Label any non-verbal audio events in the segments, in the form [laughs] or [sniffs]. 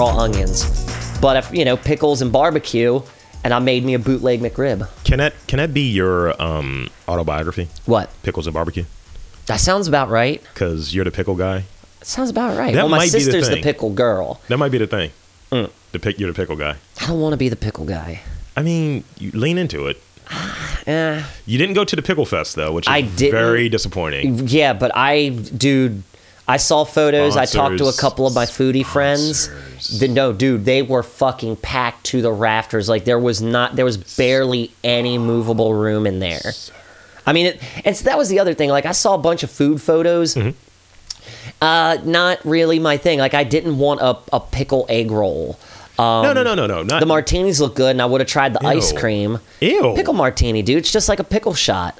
onions. But if you know pickles and barbecue, and I made me a bootleg McRib. Can that can that be your um, autobiography? What? Pickles and barbecue, That sounds about right. because you're the pickle guy. That sounds about right. That well, my might be the sister's the, thing. pickle girl. That might be the thing. Mm. The pick you're the pickle guy. I don't want to be the pickle guy. I mean, you lean into it. Eh, You didn't go to the pickle fest though, which is I didn't. very disappointing. yeah, but I, dude, I saw photos. I talked to a Sponsors. couple of my foodie Sponsors. friends. The, no, dude, they were fucking packed to the rafters. Like there was not, there was barely any movable room in there. I mean, it, and so that was the other thing. Like I saw a bunch of food photos. Mm-hmm. Uh, not really my thing. Like I didn't want a, a pickle egg roll. no, no, no, no, no. Not Um, The martinis look good, and I would have tried the ice Uh, Ew. cream. Ew. Pickle martini, dude. It's just like a pickle shot.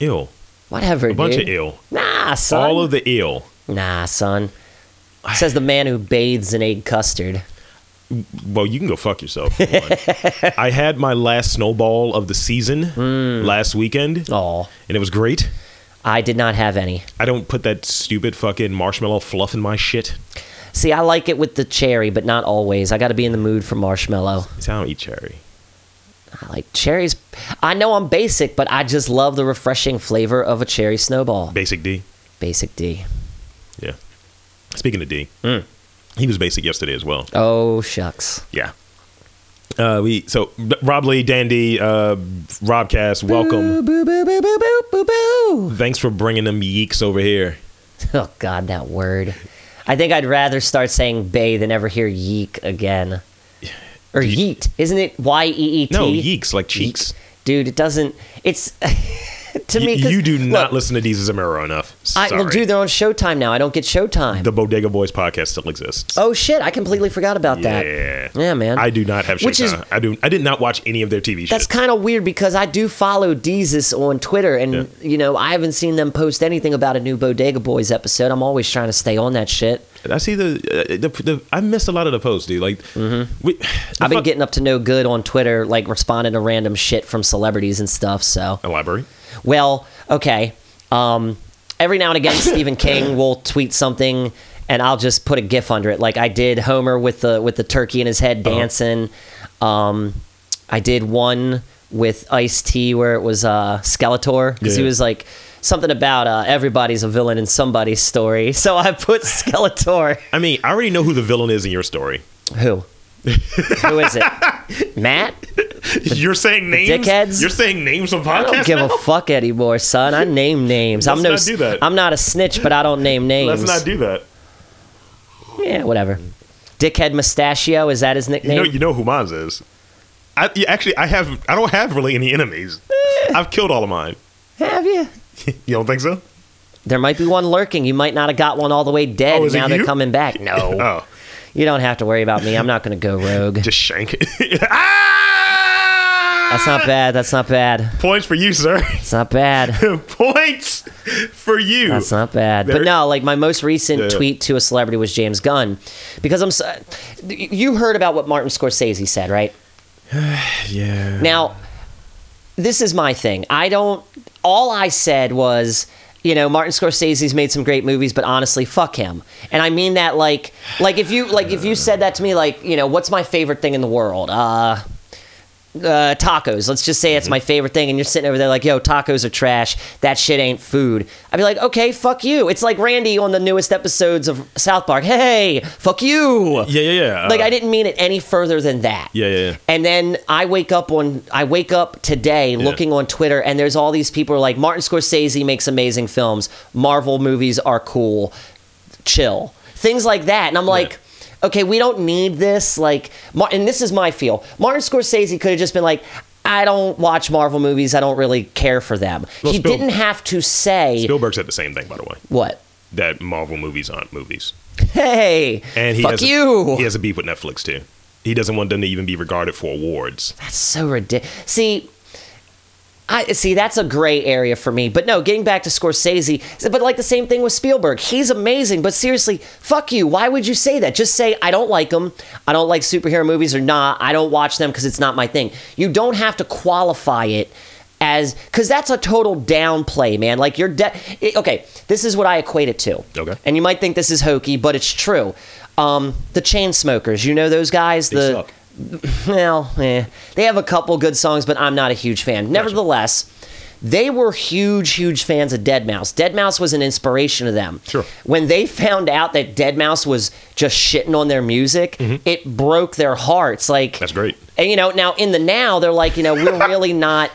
Ew. Whatever, A bunch dude. of ill. Nah, son. All of the ill. nah, son. Says the man who bathes in egg custard. Well, you can go fuck yourself. for one. [laughs] I had my last snowball of the season Hmm. last weekend, Oh, and it was great. I did not have any. I don't put that stupid fucking marshmallow fluff in my shit. See, I like it with the cherry, but not always. I got to be in the mood for marshmallow. See, I don't eat cherry. I like cherries. I know I'm basic, but I just love the refreshing flavor of a cherry snowball. Basic D. Basic D. Yeah. Speaking of D, he was basic yesterday as well. Oh, shucks. Yeah. Uh, we so Rob Lee, Dandy, uh, Robcast, welcome. Boo, boo, boo, boo, boo, boo, boo. Thanks for bringing them yeeks over here. Oh God, that word. I think I'd rather start saying "bay" than ever hear "yeek" again. Or "yeet," isn't it? Y e e t. No, yeeks like cheeks. Dude, it doesn't. It's [laughs] to Y- me. 'cause- you do not look, listen to Deez Zamero enough. I, Sorry. well, dude, they're on Showtime now. I don't get Showtime. the Bodega Boys podcast still exists. oh shit! I completely forgot about that. yeah. Yeah, man. I do not have Showtime. Which is- I do. I did not watch any of their TV shows. That's kind of weird because I do follow Deezus on Twitter, and Yeah. you know I haven't seen them post anything about a new Bodega Boys episode. I'm always trying to stay on that shit. I see the, uh, the, the I missed a lot of the posts, dude. Like, we, Mm-hmm. [sighs] I've been fuck- getting up to no good on Twitter, like responding to random shit from celebrities and stuff. So, a library. well, okay. Um, every now and again, [laughs] Stephen King will tweet something, and I'll just put a GIF under it. Like I did Homer with the with the turkey in his head Uh-huh. dancing. Um, I did one with Ice T where it was uh, Skeletor because he Yeah. was like something about uh, everybody's a villain in somebody's story. [laughs] So I put Skeletor. I mean, I already know who the villain is in your story. Who? Who is [laughs] it? Matt? You're saying names. dickheads? You're saying names on I podcast. don't give a fuck anymore, son. I name names. I'm Let's no, not do that. I'm not a snitch, but I don't name names. Let's not do that. yeah, whatever. Dickhead Mustachio is that his You nickname? know, you know who mine is. I yeah, actually, I have. I don't have really any enemies. Eh. I've killed all of mine. Have you? You don't think so? There might be one lurking. You might not have got one all the way dead. Oh, and is it now they're you? coming back. No, [laughs] Oh, you don't have to worry about me. I'm not going to go rogue. just shank it. [laughs] ah! That's not bad. That's not bad. Points for you, sir. [laughs] It's not bad. Points for you. That's not bad. There- But no, like my most recent Yeah. tweet to a celebrity was James Gunn, because I'm. So, you heard about what Martin Scorsese said, right? yeah. Now, this is my thing. I don't. All I said was, you know, Martin Scorsese's made some great movies, but honestly, fuck him. And I mean that like, like if you like if you said that to me, like, you know, what's my favorite thing in the world? Uh, uh, tacos. Let's just say it's my favorite thing, and you're sitting over there like, "Yo, tacos are trash. That shit ain't food." I'd be like, "Okay, fuck you." It's like Randy on the newest episodes of South Park. Hey, fuck you. Yeah, yeah, yeah. Like Uh, I didn't mean it any further than that. Yeah, yeah, yeah. And then I wake up on I wake up today looking on Twitter and there's all these people who are like Martin Scorsese makes amazing films. Marvel movies are cool. Chill. Things like that. And I'm like Okay, we don't need this. Like, Mar- and this is my feel. Martin Scorsese could have just been like, "I don't watch Marvel movies. I don't really care for them." Well, he Spiel- didn't have to say Spielberg said the same thing, by the way. what. [laughs] That Marvel movies aren't movies, Hey, and he fuck has a- you. he has a beef with Netflix too. He doesn't want them to even be regarded for awards. That's so ridiculous. See, I see that's a gray area for me. But no, getting back to Scorsese, but like the same thing with Spielberg. He's amazing, but seriously, fuck you. Why would you say that? Just say I don't like them. I don't like superhero movies or nah. I don't watch them because it's not my thing. You don't have to qualify it as because that's a total downplay, man. Like you're de- it- okay. This is what I equate it to. Okay. And you might think this is hokey, but it's true. Um, the chain smokers, you know those guys. They the suck. well, eh. they have a couple good songs, but I'm not a huge fan. Nevertheless, they were huge, huge fans of Dead Mouse. Dead Mouse was an inspiration to them. Sure. When they found out that Dead Mouse was just shitting on their music, it broke their hearts. Like Mm-hmm. That's great. And you know, now in the now, they're like, you know, [laughs] we're really not.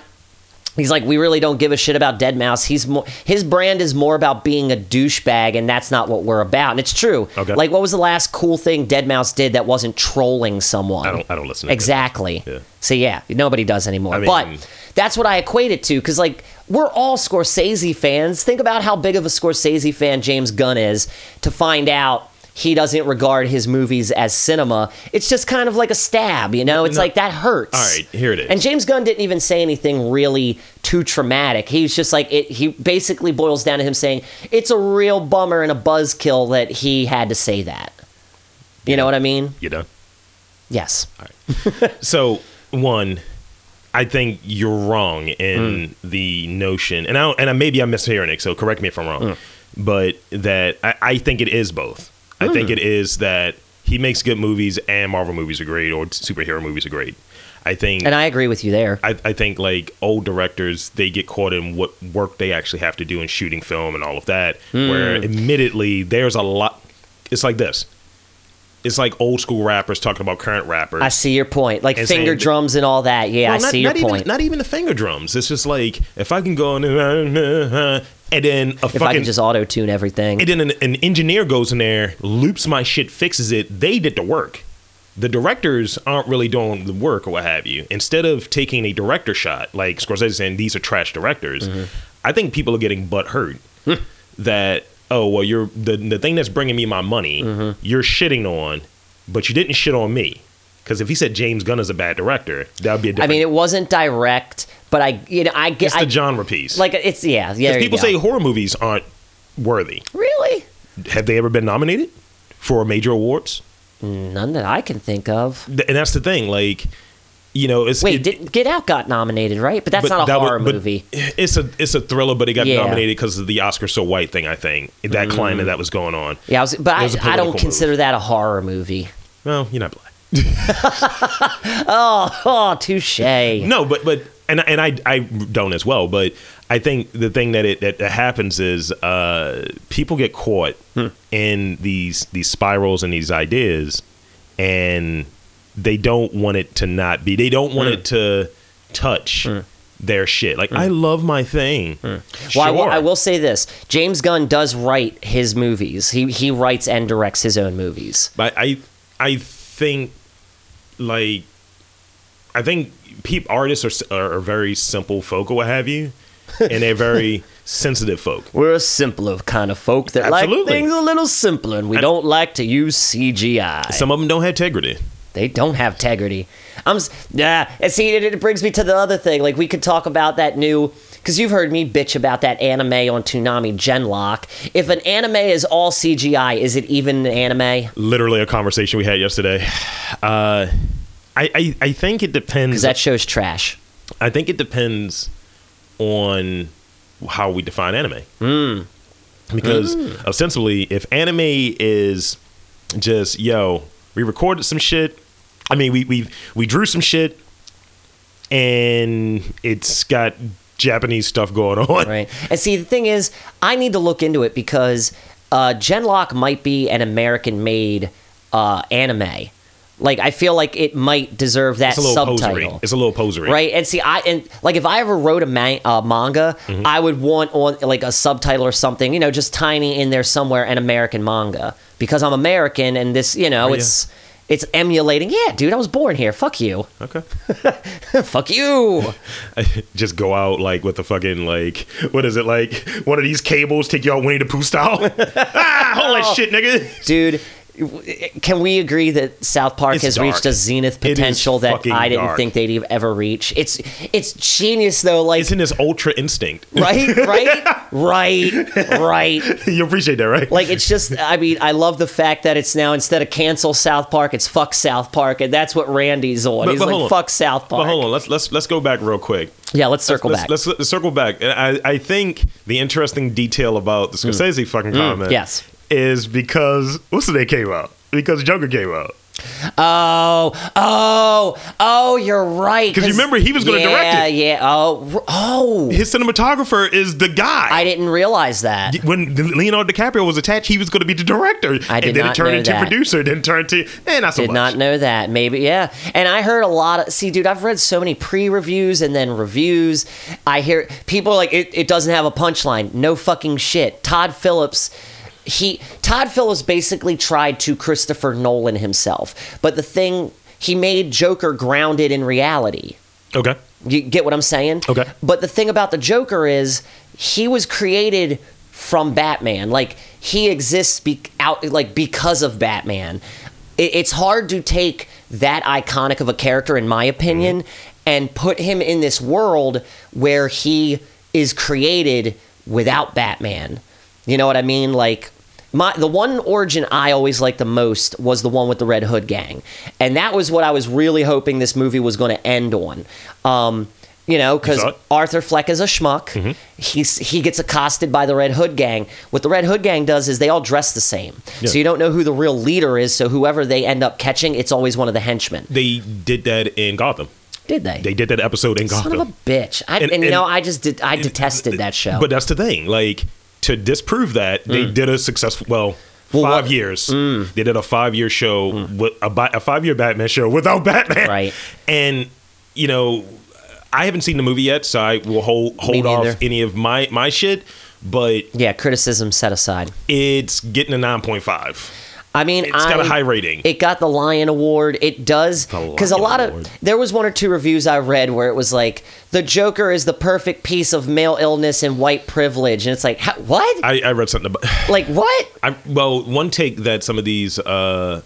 He's like, we really don't give a shit about Dead Mouse. He's more, his brand is more about being a douchebag, and that's not what we're about. And it's true. Okay. Like, what was the last cool thing Dead Mouse did that wasn't trolling someone? I don't. I don't listen. To that. Exactly. Yeah. So yeah, nobody does anymore. I mean- but that's what I equate it to because like we're all Scorsese fans. Think about how big of a Scorsese fan James Gunn is to find out he doesn't regard his movies as cinema. It's just kind of like a stab, you know. It's like that hurts. All right, here it is. And James Gunn didn't even say anything really too traumatic. He was just like it. He basically boils down to him saying it's a real bummer and a buzzkill that he had to say that. You know what I mean? You done? Yes. So one, I think you're wrong in Hmm. the notion, and I don't, and I, maybe I'm mishearing it. So correct me if I'm wrong, Hmm. but that I, I think it is both. I think it is that he makes good movies, and Marvel movies are great, or superhero movies are great. I think And I agree with you there. I, I think like old directors they get caught in what work they actually have to do in shooting film and all of that Hmm. where admittedly there's a lot it's like this it's like old school rappers talking about current rappers I see your point. Like And finger saying- drums and all that. Yeah, Well, I see your even, point. not even the finger drums it's just like if i can go in and and then a if I fucking could just auto tune everything. and then an, an engineer goes in there loops my shit fixes it they did the work the directors aren't really doing the work or what have you instead of taking a director shot like scorsese saying these are trash directors Mm-hmm. i think people are getting butt hurt Hmm. that oh well you're the, the thing that's bringing me my money Mm-hmm. you're shitting on but you didn't shit on me because if he said james gunn is a bad director that would be a I different mean, it wasn't direct, but I, you know, I it's get, the I, genre piece like it's yeah, yeah. there you people go. say horror movies aren't worthy really have they ever been nominated for major awards none that I can think of. Th- and that's the thing like you know it's Wait, it- did Get Out got nominated, right? But that's but not a that would- horror but movie. it's a it's a thriller but it got Yeah. nominated because of the oscar so white thing i think Mm. that climate that was going on Yeah, I was, but It was a I, I don't political consider that a horror movie. [laughs] well you're not black Oh, touche. no but but and and i i don't as well but i think the thing that it that, that happens is uh people get caught Hmm. in these these spirals and these ideas and they don't want it to not be they don't Hmm. want it to touch their shit like i love my thing Hmm. Well, I, will, Sure. I will say this: James Gunn does write his movies. He he writes and directs his own movies. But I I think like I think peep artists are s- are, are very simple folk or what [laughs] have you, and they're very sensitive folk. We're a simpler kind of folk that like Absolutely. things a little simpler, and we don't like to use CGI. Some of them don't have integrity. they don't have integrity. I'm s- yeah, and see, it, it brings me to the other thing. Like we could talk about that new because you've heard me bitch about that anime on Toonami Genlock. If an anime is all CGI, is it even an anime? Literally, a conversation we had yesterday. [sighs] Uh, I, I I think it depends. Because that show's trash. I think it depends on how we define anime. Hmm. Because uh, ostensibly, if anime is just yo, we recorded some shit. I mean, we we we drew some shit, and it's got Japanese stuff going on. Right. And see, the thing is, I need to look into it because uh, Genlock might be an American made uh, anime. Like, I feel like it might deserve that [laughs] It's a little subtitle. posery. It's a little posery. Right. And see, I, and like if I ever wrote a man, uh, manga, Mm-hmm. I would want on like a subtitle or something, you know, just tiny in there somewhere, an American manga, because I'm American and this, you know, you? it's, it's emulating. Yeah, dude, I was born here. Fuck you. [laughs] Okay. [laughs] Fuck you. just go out like with the fucking like what is it like one of these cables take you out Winnie the Pooh style? [laughs] ah, hold that shit, nigga. dude w- can we agree that South Park It's has dark. reached a zenith It is potential that fucking I didn't dark. think they'd ev- ever reach? It's it's genius though, like It's in this ultra instinct. right, [laughs] right, right, right. you appreciate that, right? Like it's just, I mean, I love the fact that it's now instead of cancel South Park, it's fuck South Park, and that's what Randy's on. But- He's but hold like on. fuck South but Park. hold on, let's let's let's go back real quick. Yeah, let's circle let's, back. Let's, let's circle back. And I I think the interesting detail about the Scorsese fucking comment, Mm. yes. is because what's the name came out? because Joker came out. Oh, oh, oh! You're right. 'Cause you remember he was gonna yeah, direct it. Yeah, Oh, r- oh! His cinematographer is the guy. I didn't realize that. when Leonardo DiCaprio was attached, he was going to be the director. I did and then not it turned know into that. producer, then turned to eh, not so Did much. not know that. Maybe yeah. And I heard a lot of see, dude. I've read so many pre-reviews and then reviews. I hear people are like it, it doesn't have a punchline. No fucking shit. Todd Phillips. He Todd Phillips basically tried to Christopher Nolan himself, but the thing he made Joker grounded in reality. okay. You get what I'm saying? Okay. But the thing about the Joker is he was created from Batman. Like he exists be- out like because of Batman. It- it's hard to take that iconic of a character, in my opinion, Mm-hmm. and put him in this world where he is created without Batman. You know what I mean? Like my the one origin I always liked the most was the one with the Red Hood gang, and that was what I was really hoping this movie was going to end on. Um, you know, because saw it? Arthur Fleck is a schmuck. Mm-hmm. He's he gets accosted by the Red Hood gang. What the Red Hood gang does is they all dress the same, Yeah. so you don't know who the real leader is. So whoever they end up catching, it's always one of the henchmen. They did that in Gotham. Did they? They did that episode in Son Gotham. of a bitch! I, And- and, you and- know, I just did. I detested that show. But that's the thing. Like to disprove that, they did a successful well. Mm. Well, five what- Mm. years. They did a five year show, with a, bi- a five year Batman show without [laughs] Batman. Right. And, you know, I haven't seen the movie yet, so I will hold, hold neither. off any of my, my shit, but yeah, criticism set aside. it's getting a 9.5. I mean, It's got a a high rating. It got the Lion Award. It does The because a Lion lot Award. of there was one or two reviews I read where it was like the Joker is the perfect piece of male illness and white privilege, and it's like how, what? I, I read something about. like what? I, well, one take that some of these uh,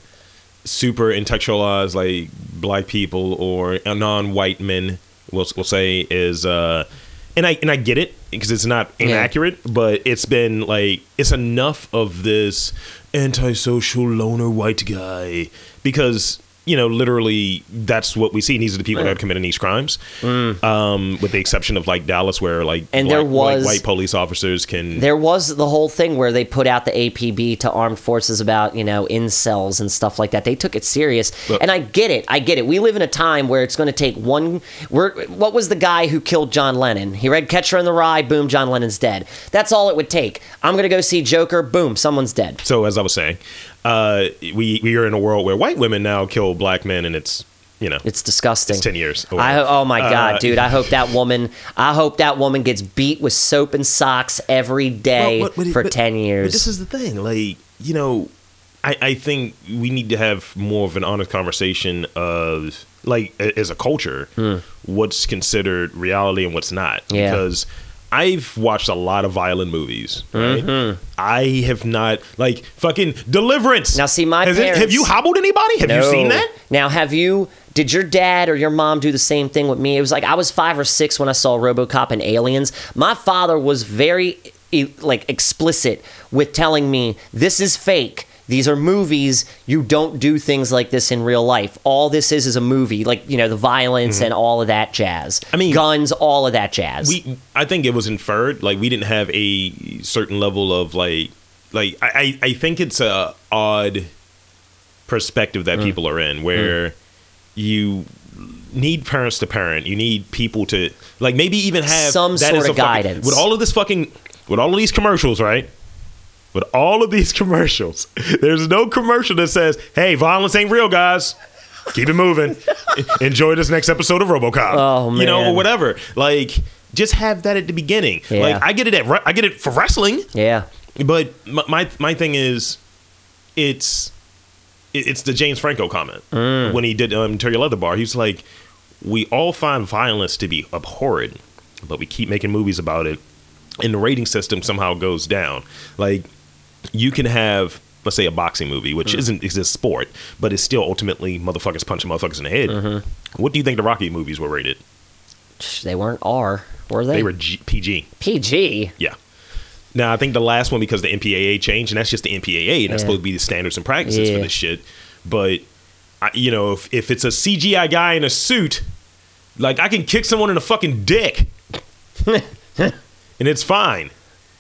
super intellectualized, like black people or non-white men, will will say is, uh, and I and I get it because it's not inaccurate, but it's been like it's enough of this antisocial loner white guy because you know literally that's what we see. And these are the people that are committing these crimes, um, with the exception of like Dallas, where like Mm. And black- there was- like, white police officers can There was the whole thing where they put out the APB to armed forces about, you know, incels and stuff like that. They took it serious. Look. and I get it. I get it. We live in a time where it's going to take one. We're, what was the guy who killed John Lennon? He read Catcher in the Rye, boom, John Lennon's dead. That's all it would take. I'm going to go see Joker, boom, someone's dead. So as I was saying, uh, we we are in a world where white women now kill black men, and it's you know It's disgusting. It's 10 years or I, whatever. oh my god, Uh, dude! I hope that woman. I hope that woman gets beat with soap and socks every day Well, but- but- for but- ten years. But this is the thing, like you know, I I think we need to have more of an honest conversation of like a- as a culture, what's considered reality and what's not, Hmm. Yeah. because. I've watched a lot of violent movies. Right? Mm-hmm. I have not like fucking Deliverance. Now, see, my Has it- have parents- you hobbled anybody? Have you seen No. that? Now, have you? Did your dad or your mom do the same thing with me? It was like I was five or six when I saw RoboCop and Aliens. My father was very eh, like explicit with telling me this is fake. These are movies. You don't do things like this in real life. All this is is a movie, like you know the violence and all of that jazz. Mm-hmm. I mean- guns, all of that jazz. we i think it was inferred like we didn't have a certain level of like like i i I think it's a odd perspective Mm. that people are in where you need parents to parent you need people to like maybe even have Some that sort as of a fucking- guidance. with all of this fucking with all of these commercials right with all of these [laughs] commercials there's no commercial that says hey violence ain't real guys keep [laughs] it moving enjoy this next episode of robocop Oh, you know or man. whatever like just have that at the beginning Yeah. like i get it at re- i get it for wrestling yeah, but my my, my thing is, it's it- it's the James Franco comment Mm. when he did um, Tear Your Leather Bar. He's like, we all find violence to be abhorrent, but we keep making movies about it, and the rating system somehow goes down. Like you can have. Let's say a boxing movie, Mm. which isn't is a sport, but it's still ultimately motherfuckers punching motherfuckers in the head. Mm-hmm. What do you think the Rocky movies were rated? they weren't R, were they? They were G- PG. PG. Yeah. Now I think the last one because the MPAA changed, and that's just the MPAA, and that's Yeah. supposed to be the standards and practices for Yeah. this shit. But I, you know, if, if it's a CGI guy in a suit, like I can kick someone in the [laughs] fucking dick, and it's fine.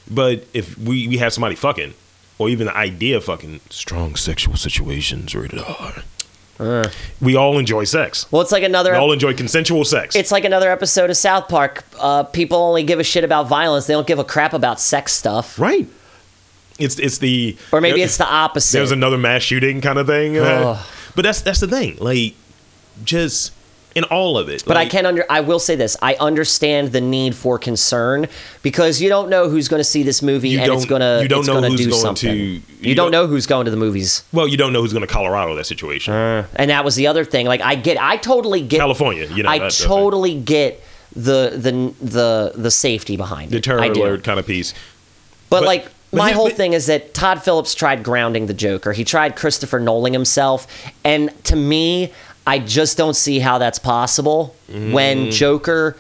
But if we we have somebody fucking, or even the idea of fucking strong sexual situations rated R. we all enjoy sex. Uh. Well, it's like another. We all enjoy consensual sex. it's like another episode of South Park. Uh, people only give a shit about violence. They don't give a crap about sex stuff. right. It's it's the uh, Or maybe it's the opposite. there's another mass shooting kind of thing. Ugh. But that's that's the thing. Like just in all of it. But I like, can under I will say this. I understand the need for concern because you don't know who's going to see this movie You and it's don't- going to you don't it's know gonna who's do going something. to- you, you don't, don't- know who's going to the movies. Well, you don't know who's going to Colorado that situation. And that was the other thing. Like I get I totally get Uh. California, you know. I that- that thing. totally get the the the the safety behind the it. I terror do. alert kind of piece. But, But- like but my he- whole but- thing is that Todd Phillips tried grounding the Joker. He tried Christopher Nolan himself, and to me, I just don't see how that's possible when Mm. Joker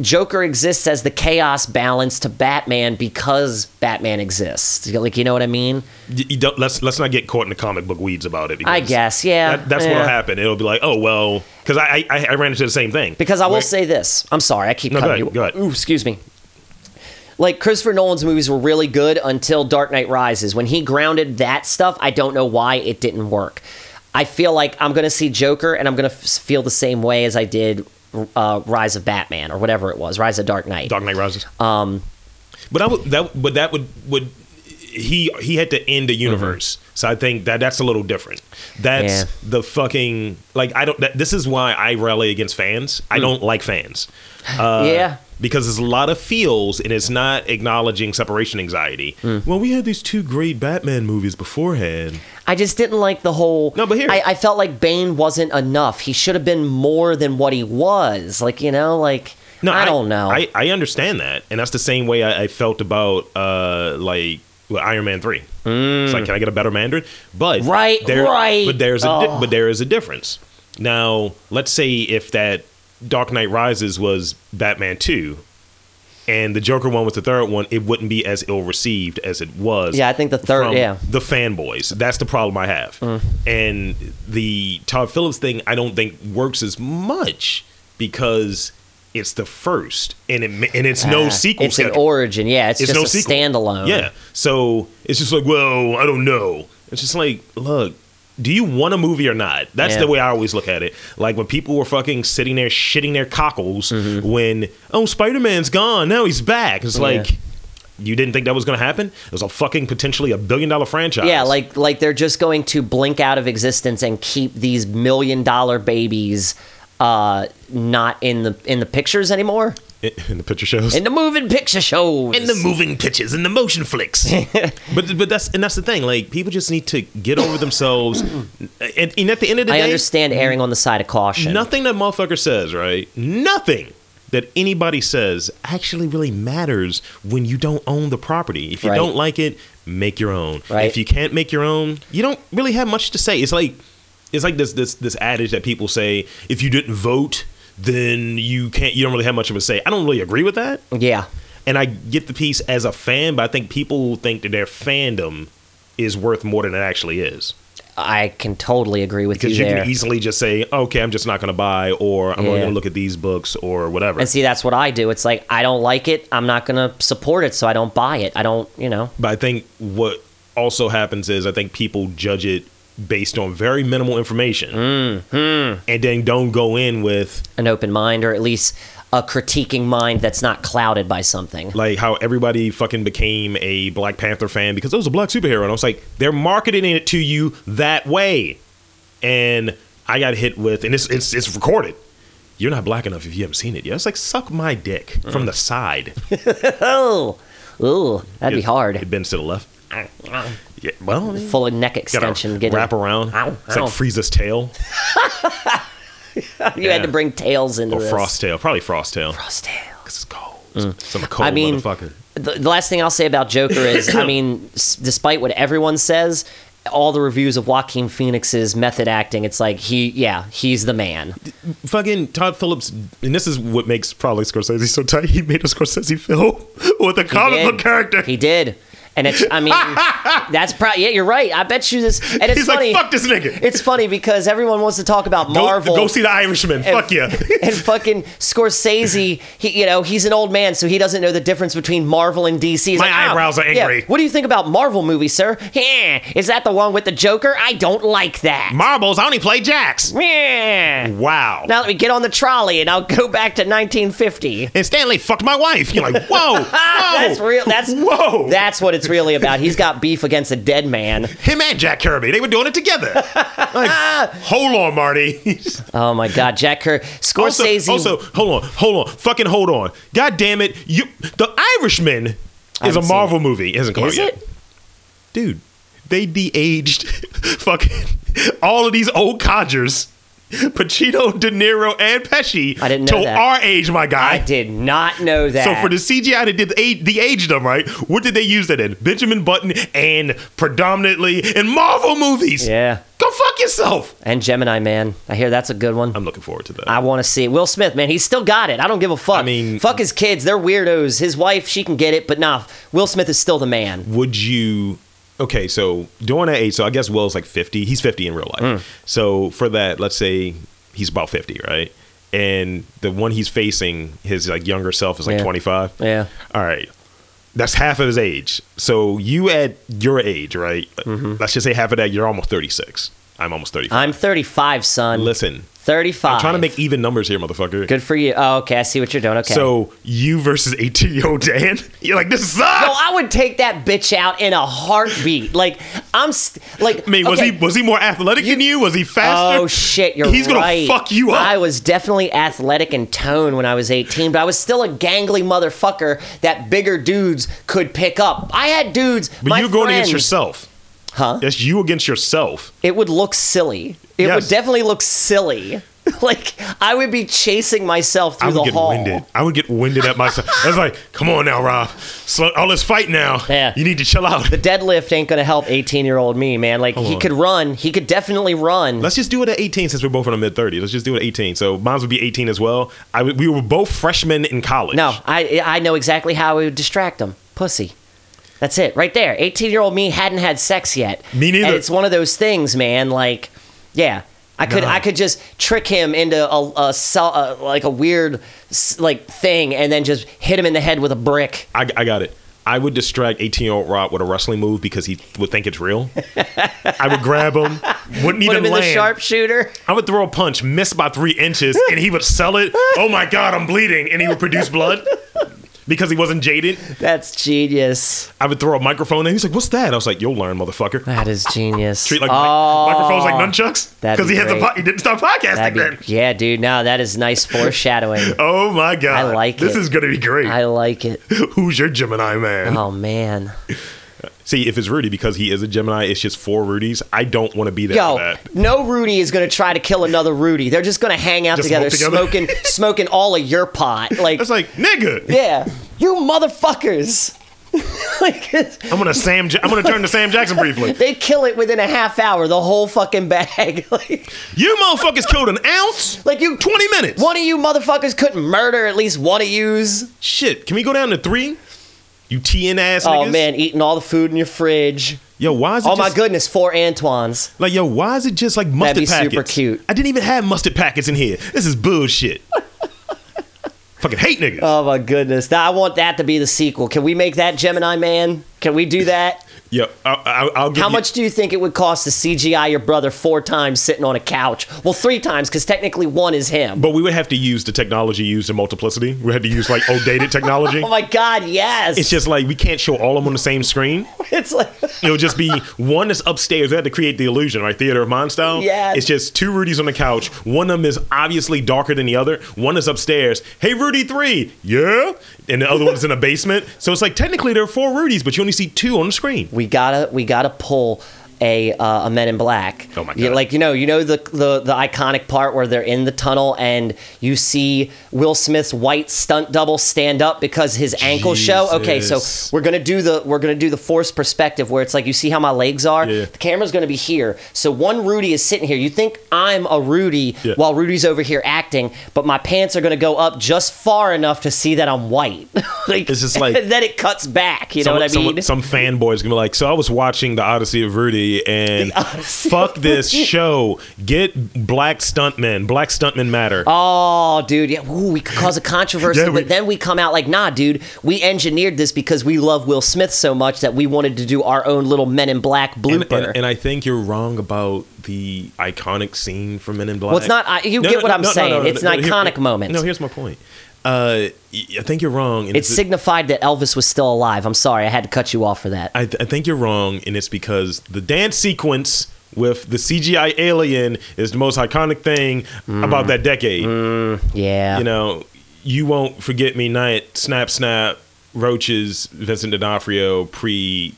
Joker exists as the chaos balance to Batman because Batman exists. Like you know what I mean? Y- you don't- let's let's not get caught in the comic book weeds about it. I because guess, yeah. that, that's yeah. what'll happen. It'll be like, oh well, because I, I I ran into the same thing. Because I will Where- say this. I'm sorry, I keep No, go cutting ahead, you. go ahead. Ooh, excuse me. Like Christopher Nolan's movies were really good until Dark Knight Rises. When he grounded that stuff, I don't know why it didn't work. I feel like I'm going to see Joker and I'm going to f- feel the same way as I did uh, Rise of Batman or whatever it was, Rise of Dark Knight. Dark Knight Rises. Um, but I would that but that would would he he had to Mm-hmm. end the universe. So I think that that's a little different. That's Yeah. the fucking like I don't. That, this is why I rally against fans. I don't like fans. Uh, Mm. Yeah. Because there's a lot of feels and it's not acknowledging separation anxiety. Mm. Well, we had these two great Batman movies beforehand. I just didn't like the whole. No, but here- I, I felt like Bane wasn't enough. He should have been more than what he was. Like you know, like No, I, don't know. I, I understand that, and that's the same way I, I felt about uh like well, Iron Man three. It's like, can I get a better Mandarin? But Mm. Right, right. But there's a di- Oh. but there is a difference. Now, let's say if that Dark Knight Rises was Batman two, and the Joker one was the third one, it wouldn't be as ill received as it was. Yeah, I think the third- from yeah. Mm. the fanboys. That's the problem I have. And the Todd Phillips thing, I don't think works as much because it's the first, and it ma- and it's no Ah, sequel. It's an schedule. origin. Yeah, it's, It's just no a sequel. standalone. Yeah, so it's just like, well, I don't know. It's just like, look. Do you want a movie or not? That's Yeah. the way I always look at it. Like when people were fucking sitting there shitting their cockles Mm-hmm. when, oh, Spider Man's gone. Now he's back. It's like, you didn't think that was going to happen? It was a fucking potentially a billion dollar franchise. Yeah, like like they're just going to blink out of existence and keep these million dollar babies uh not in the in the pictures anymore. in, in the picture shows. In the moving picture shows. [laughs] in the moving pictures in the motion [laughs] flicks but but that's and that's the thing like people just need to get over [clears throat] themselves and, and at the end of the I day understand erring on the side of caution. nothing that motherfucker says right nothing that anybody says actually really matters when you don't own the property if you Right. don't like it make your own Right. if you can't make your own you don't really have much to say it's like it's like this this this adage that people say if you didn't vote then you can't you don't really have much of a say i don't really agree with that Yeah. and I get the piece as a fan, but I think people think that their fandom is worth more than it actually is. I can totally agree with Because you you there. can easily just say, okay, I'm just not going to buy, or I'm only Yeah. going to look at these books, or whatever. and see that's what I do. It's like I don't like it, I'm not going to support it, so I don't buy it. I don't, you know. but I think what also happens is I think people judge it based on very minimal information Mm-hmm. and then don't go in with an open mind or at least a critiquing mind that's not clouded by something. like how everybody fucking became a Black Panther fan because it was a black superhero. And I was like, they're marketing it to you that way. And I got hit with, and it's it's it's recorded. You're not black enough if you haven't seen it yet. It's like suck my dick Mm. from the [laughs] side. Oh, ooh, that'd be It hard. bends to the left. Yeah, well, I mean, Full of neck gotta extension. Get wrap around. Ow, it's ow. like Frieza's tail [laughs] you had to bring tails into or this. Frost tail, probably Frost tail. Frost tail. Because it's cold. Some cold I mean, motherfucker. The, the last thing I'll say about Joker is, [coughs] I mean, s- despite what everyone says, all the reviews of Joaquin Phoenix's method acting, it's like he, yeah, he's the man. fucking Todd Phillips, and this is what [laughs] makes probably Scorsese so tight. He made a Scorsese film [laughs] with a comic did. book character. He did. And it's, I mean, [laughs] that's probably, yeah, you're right. I bet you this, and it's He's funny. like, fuck this nigga. It's funny because everyone wants to talk about Go, Marvel. go see the Irishman. fuck [laughs] yeah. [laughs] and fucking Scorsese, he you know he's an old man, so he doesn't know the difference between Marvel and DC. He's My "Oh, eyebrows are yeah, angry." What do you think about Marvel movies, sir? Yeah, is that the one with the Joker? I don't like that. Marbles, I only play jacks. Yeah. Wow. Now let me get on the trolley and I'll go back to 1950. and Stanley fucked my wife. You're [laughs] like, whoa, whoa. Ah, That's real. That's Whoa. That's what it's really about. He's got beef against a dead man. Him and Jack Kirby, they were doing [laughs] it together. like, hold on, Marty. Oh my God, Jack Kerr, also, Scorsese. also, hold on, hold on, fucking hold on. God damn it, you. The Irishman is a haven't seen Marvel movie. It hasn't come is out it? yet, dude. They de-aged [laughs] fucking all of these old codgers. [laughs] Pacino, De Niro, and Pesci I didn't know to that. our age, my guy. I did not know that. So for the CGI that did the age, the age them right, what did they use that in? Benjamin Button and predominantly in Marvel movies. Yeah. Go fuck yourself. and Gemini Man, I hear that's a good one. I'm looking forward to that. I want to see it. Will Smith, man, he's still got it. I don't give a fuck. I mean- fuck his kids. They're weirdos. His wife, she can get it, but nah, Will Smith is still the man. Would you? Okay, so during that age, so I guess Will's like 50. He's 50 in real Mm. life. So for that, let's say he's about 50, right? And the one he's facing, his like younger self, is like Yeah. 25. Yeah. All right. That's half of his age. So you at your age, right? Mm-hmm. Let's just say half of that. You're almost 36. I'm almost 35. I'm 35, son. Listen, 35. I'm trying to make even numbers here, motherfucker. Ah, Good for you. Oh, okay. I see what you're doing. Okay. So you versus 18 year old Dan. [laughs] You're like, this sucks. Yo, I would take that bitch out in a heartbeat. Like I'm st- like. I mean, was okay. he was he more athletic than you? Was he faster? Oh shit! You're He's right. gonna fuck you up. I was definitely athletic in tone when I was 18, but I was still a gangly motherfucker that bigger dudes could pick up. I had dudes. but my you're going against friends- yourself. Huh? That's you against yourself. it would look silly. It Yes. would definitely look [laughs] silly. like I would be chasing myself through I would the get hall. winded. I would get winded at myself. I was like, come on now, Rob. Slow, all this fight now. Yeah. You need to chill [laughs] out. The deadlift ain't gonna help 18 year old me, man. Like he on. could run. He could definitely run. Let's just do it at 18 since we're both in the mid 30s. Let's just do it at 18. So mine would be 18 as well. I would- we were both freshmen in college. no, I I know exactly how I would distract him. Pussy. That's it, right there. 18 year old me hadn't had sex yet. Me neither. And it's one of those things, man. Like, yeah. I could No. I could just trick him into a, a, so- a like a weird s- like thing and then just hit him in the head with a brick. I, I got it. I would distract 18 year old Rob with a wrestling move because he would think [laughs] it's real. I would grab him, Put wouldn't even him in land. the sharpshooter. I would throw a punch, miss by three inches, and he would sell it. Oh my God, I'm bleeding. And he would produce blood because he wasn't jaded. That's genius. I would throw a microphone, and he's like, What's that? I was like, You'll learn, motherfucker. That is genius. Treat like mic- oh, microphones like nunchucks that'd because be he, has a great. po- he didn't stop podcasting that'd then. be, yeah, dude. No, that is nice [laughs] foreshadowing. Oh my God. I like This it. is going to be great. I like it. Who's your Gemini man? Oh man, See, if it's Rudy because he is a Gemini, it's just four Rudies. I don't want to be there yo, for that. no Rudy is gonna try to kill another Rudy. They're just gonna hang out Just together, smoke together. [laughs] smoking, smoking all of your pot. Like, That's like, nigga, yeah, you motherfuckers. [laughs] like, I'm gonna Sam. Ja- I'm gonna turn to Sam Jackson [laughs] briefly. they kill it within a half hour. The whole fucking bag. [laughs] like, You motherfuckers killed an ounce. like you. Twenty minutes. One of you motherfuckers couldn't murder at least one of yous. Shit, can we go down to three? You TN ass Oh niggas. man, eating all the food in your fridge. Yo, why is it Oh just, my goodness, four Antoines. Like, yo, why is it just like mustard be super packets? cute. I didn't even have mustard packets in here. This [laughs] is bullshit. Fucking hate niggas. Oh my goodness. Now, I want that to be the sequel. Can we make that Gemini Man? Can we do that? yo, I, I, I'll give How you- much do you think it would cost to CGI your brother four times sitting on a couch? Well, three times because technically one is him. But we would have to use the technology used in multiplicity. We had to use like [laughs] old dated technology. Oh my God, yes. It's just like we can't show all of them on the same screen. [laughs] It's like, It'll just be one that's upstairs. They had to create the illusion, right? Theater of Mind style. Yes. It's just two Rudies on the couch. One of them is obviously darker than the other. One is upstairs. Hey, Rudy three. Yeah. And the other one's in a basement. So it's like technically there are four Rudies, but you only see two on the screen. we gotta, we gotta pull. a uh, a Men in Black. Oh my You- God. like you know, you know the, the the iconic part where they're in the tunnel and you see Will Smith's white stunt double stand up because his ankles show. Okay, so Jesus. we're gonna do the we're gonna do the forced perspective where it's like you see how my legs are. Yeah. The camera's gonna be here, so one Rudy is sitting here. You think I'm a Rudy Yeah. while Rudy's over here acting, but my pants are gonna go up just far enough to see that I'm white. [laughs] like It's just like- and [laughs] then it cuts back. You know what I mean? Someone- Some, fanboy's gonna be like, "So I was watching the Odyssey of Verdi, and fuck this show. Get black stuntmen. Black stuntmen matter. Oh, dude, yeah, ooh, we could cause a controversy, Yeah, we- but then we come out like, nah, dude, we engineered this because we love Will Smith so much that we wanted to do our own little Men in Black and, blooper. and, and I think you're wrong about the iconic scene from Men in Black. well, it's not. I, you No, get no, what no, I'm no, no, saying. no, no, it's no, an here- iconic moment. No, here's my point. Uh, y- I think you're wrong. and it signified that Elvis was still alive. I'm sorry, I had to cut you off for that. I, th- I think you're wrong, and it's because the dance sequence with the CGI alien is the most iconic thing Mm. about that decade. yeah, You know, you won't forget me night, snap, snap, roaches, Vincent D'Onofrio pre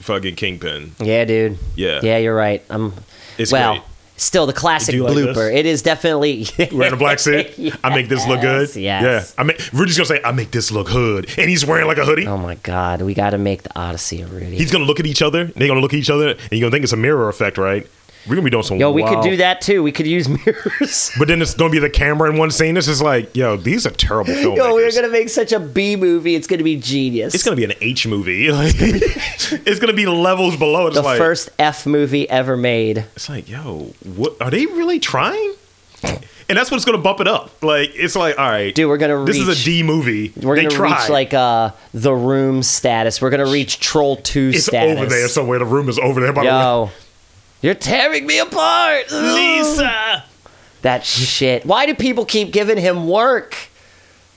fucking Kingpin. yeah, dude. Yeah. yeah, you're right. I'm. It's well, great. still the classic Do you like blooper. this? It is definitely. [laughs] [laughs] Wearing a black suit. I make this look good. Yes, yes. Yeah. I mean, Rudy's gonna say, I make this look hood. And he's wearing like a hoodie. oh my God, we got to make the Odyssey of Rudy. He's gonna look at each other, and they're gonna look at each other, and you're gonna think it's a mirror effect, right? We're gonna be doing some Yo, we wild- could do that too. We could use [laughs] mirrors. But then it's gonna be the camera in one scene. It's just like, yo, these are terrible [laughs] filmmakers. Yo, we're gonna make such a B movie. It's gonna be genius. Oh it's gonna be an H movie. [laughs] Like, it's gonna be levels below. It's the like, first F movie ever made. It's like, yo, what are they really trying? And that's what's gonna bump it up. Like, it's like, all right, Dude, we're gonna This is reach- a D movie. We're they gonna tried. reach like uh the room status. We're gonna reach Troll Two it's status. over there somewhere. The room is over there. By Yo, you're tearing me apart, the way. Lisa. That shit. Why do people keep giving him work?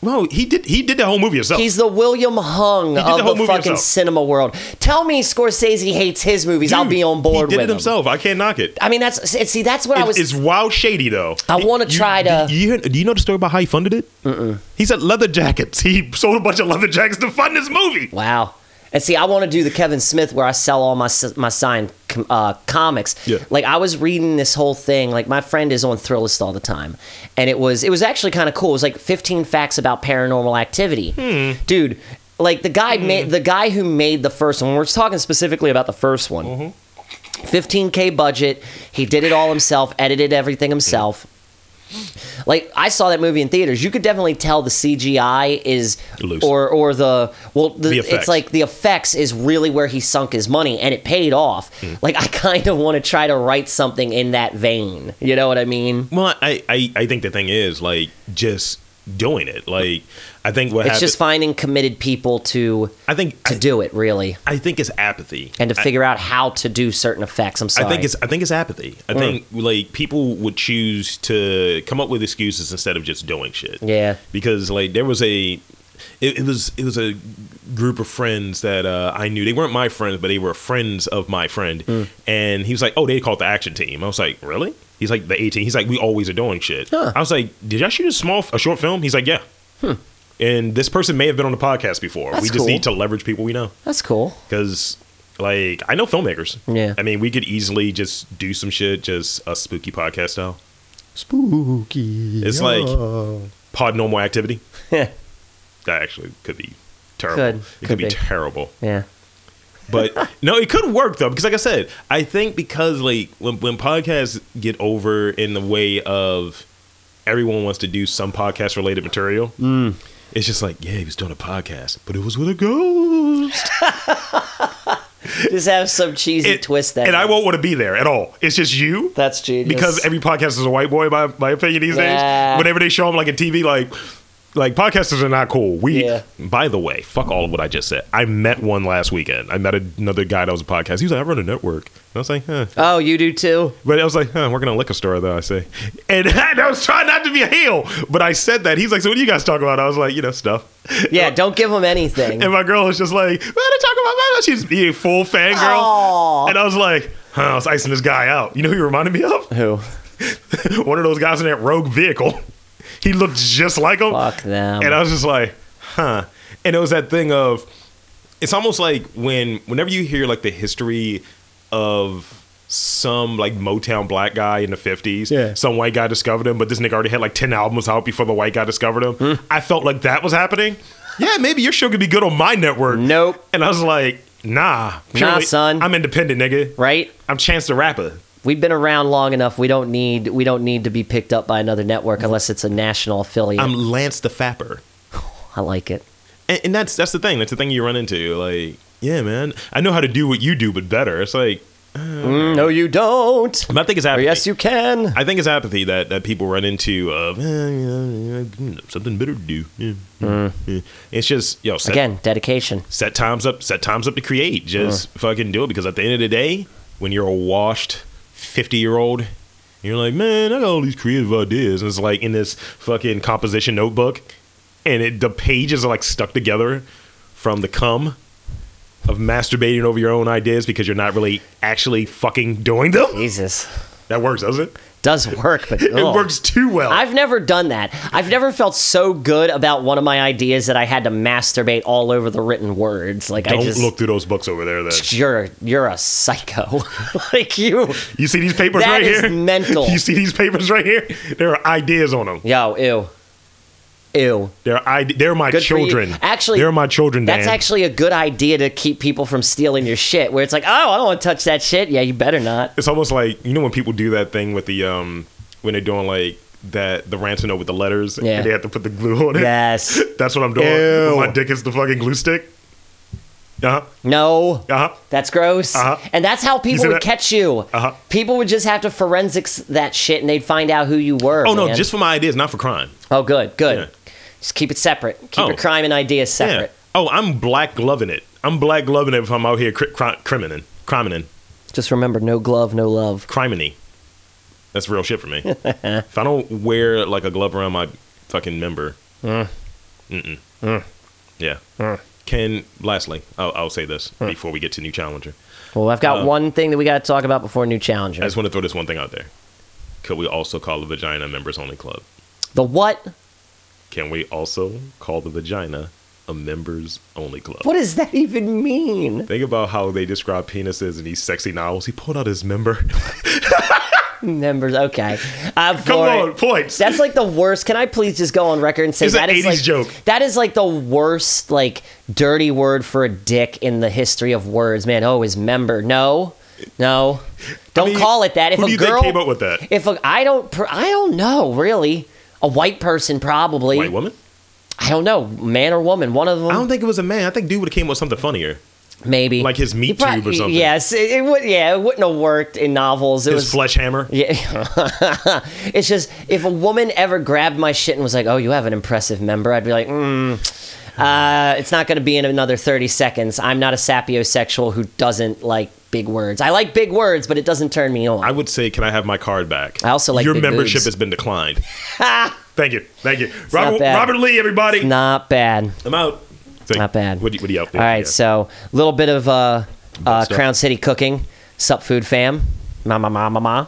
No, he did. He did the whole movie himself. He's the William Hung did the of whole the, movie fucking himself. cinema world. Tell me Scorsese hates his movies. I'll Dude, be on board He did with it himself. I can't knock it. I mean, that's see, that's what I It- was. it's wild shady though. I He- wanna you- try to- Do you, hear- do you know the story about how he funded it? Mm-mm. He said leather jackets. [laughs] He sold a bunch of leather jackets to fund this movie. Wow. And see, I want to do the Kevin Smith where I sell all my s- my signed com- uh, comics. Yeah. Like I was reading this whole thing. Like my friend is on Thrillist all the time, and it was it was actually kind of cool. It was like 15 facts about paranormal activity, Hmm. dude. Like the guy made the guy who made the first one. We're talking specifically about the first one. Mm-hmm. 15k budget. He did it all himself. Edited everything himself. Like I saw that movie in theaters. You could definitely tell the CGI is Loose. or or the well the, The effects. it's like the effects is really where he sunk his money and it paid off. Hmm. Like I [laughs] kind of want to try to write something in that vein. You know what I mean? Well, I, I, I think the thing is like just doing it. Like I think what It's happened. just finding committed people to I think to I, do it really I think it's apathy. and to I- figure out how to do certain effects. I'm sorry. I think it's I think it's apathy. Mm. I think like people would choose to come up with excuses instead of just doing shit. Yeah. Because like there was a it, it was it was a group of friends that uh, I knew. They weren't my friends, but they were friends of my friend. Hmm. And he was like, "Oh, they call it the action team." I was like, "Really?" He's like, "The 18." He's like, "We always are doing shit." Huh. Hmm. I was like, "Did y'all shoot a small a short film?" He's like, "Yeah." And this person may have been on the podcast before. That's we just cool. need to leverage people we know that's cool. [laughs] because like I know filmmakers. Yeah. I mean, we could easily just do some shit, just a spooky podcast style. Spooky. It's like pod normal activity. yeah. That actually could be terrible. Could. it could, Could be, be. terrible. Yeah. But [laughs] no, it could work though, because like I said, I think because like when when podcasts get over in the way of everyone wants to do some podcast related material, Mm. it's just like, yeah, he was doing a podcast, but it was with a ghost. Just have some cheesy It- twist that and I won't want to be there at all. It's just you. That's genius. because every podcast is a white boy by my opinion these Yeah. days. Whenever they show them like a TV, like like podcasters are not cool. We Yeah. by the way, fuck all of what I just said. I met one last weekend. I met another guy that was a podcast. He was like, I run a network. And I was like, huh. Oh, you do [laughs] too? But I was like, huh, I'm working on a liquor store though, I say. And, [laughs] I was trying not to be a heel. But I said that. He's like, So what do you guys talk about? I was like, you know, stuff. Yeah, don't give them anything. And my girl was just like, What are they talking about? What?" She's being full fangirl. Aw. And I was like, huh, I was icing this guy out. You know who he reminded me of? Who? [laughs] one of those guys in that rogue vehicle. He looked just like him. Fuck them. And I was just like, huh. And it was that thing of it's almost like when whenever you hear like the history of some like Motown black guy in the 50s. Yeah. Some white guy discovered him, but this nigga already had like 10 albums out before the white guy discovered him. I felt like that was happening. Yeah, maybe your show could be good on my network. Nope. And I was like, nah. purely- son. I'm independent, nigga. right? I'm Chance the Rapper. We've been around long enough. We don't need we don't need to be picked up by another network unless it's a national affiliate. I'm Lance the Fapper. I like it. and, and that's that's the thing. That's the thing you run into. Like, yeah, man, I know how to do what you do, but better. It's like, Mm, No, you don't. but I think it's Or apathy. yes, you can. I think it's apathy that, that people run into of eh, yeah, yeah, yeah, something better to do. Yeah, yeah. It's just yo set, Again, dedication. set times up, set times up to create. Just fucking do it because at the end of the day, when you're a washed fifty year old. You're like, man, I got all these creative ideas. And it's like in this fucking composition notebook, and it, the pages are like stuck together from the cum of masturbating over your own ideas because you're not really actually fucking doing them. Jesus. That works, doesn't it? [laughs] Does work, but It ugh. works too well. I've never done that. I've never felt so good about one of my ideas that I had to masturbate all over the written words. Like Don't I just look through those books over there. Then [laughs] You're you're a psycho. [laughs] like you. you see these papers That right is here. mental. [laughs] You see these papers right here. There are ideas on them. Yo, ew, ew. They're ide- They're my Good for you. children. Actually, they're my children. That's Dan. actually a good idea to keep people from stealing your shit. Where it's like, oh, I don't want to touch that shit. Yeah, you better not. [laughs] It's almost like you know when people do that thing with the um when they're doing like that the ransom note with the letters Yeah. and they have to put the glue on it. Yes. [laughs] That's what I'm doing. Ew. My dick is the fucking glue stick. Uh huh. No. Uh huh. That's gross. Uh-huh. And that's how people see would that? catch you. Uh-huh. People would just have to forensics that shit and they'd find out who you were. Oh no, man. just for my ideas, not for crime. Oh, good, good. Yeah. Just keep it separate. Keep Oh. your crime and ideas Yeah. separate. Oh, I'm black gloving it. I'm black gloving it if I'm out here cri- cri- criminin, criminin, Just remember, no glove, no love. criminy. That's real shit for [laughs] me. if I don't wear like a glove around my fucking member, Mm. mm-mm. yeah. Can lastly, I'll, I'll say this Mm. before we get to new challenger. Well, I've got Um, one thing that we got to talk about before new challenger. I just want to throw this one thing out there. Could we also call the vagina members only club? the what? Can we also call the vagina a members only club? What does that [laughs] even mean? Think about how they describe penises in these sexy novels. He pulled out his member. [laughs] Members, okay. I'm Come for on, it. points. That's like the worst. Can I please just go on record and say It's an that is 80s like joke. that is like the worst like dirty word for a dick in the history of words. Man, oh, his member. No, no, don't mean, call it that. If who a do you think girl came up with that? if a, I don't, pr- I don't know really. A white person probably. White woman? I don't know, man or woman. One of them, I don't think it was a man. I think dude would have came up with something funnier. maybe like his meat You tube or something. Yes, it, it would. Yeah, it wouldn't have worked in novels. It His was flesh hammer. Yeah. [laughs] it's just if a woman ever grabbed my shit and was like, "Oh, you have an impressive member," I'd be like, mm, uh, "It's not going to be in another thirty seconds." I'm not a sapiosexual who doesn't like big words. I like big words, but it doesn't turn me on. I would say, can I have my card back? I also like your big membership boobs. has [laughs] been declined. Thank you, thank you, Robert, bad. Robert Lee. Everybody, not bad. I'm out. Thank- Not bad. What do you, what do you out All right, so a little bit of uh, uh, stuff. Crown City cooking, sup food fam, ma ma ma ma ma.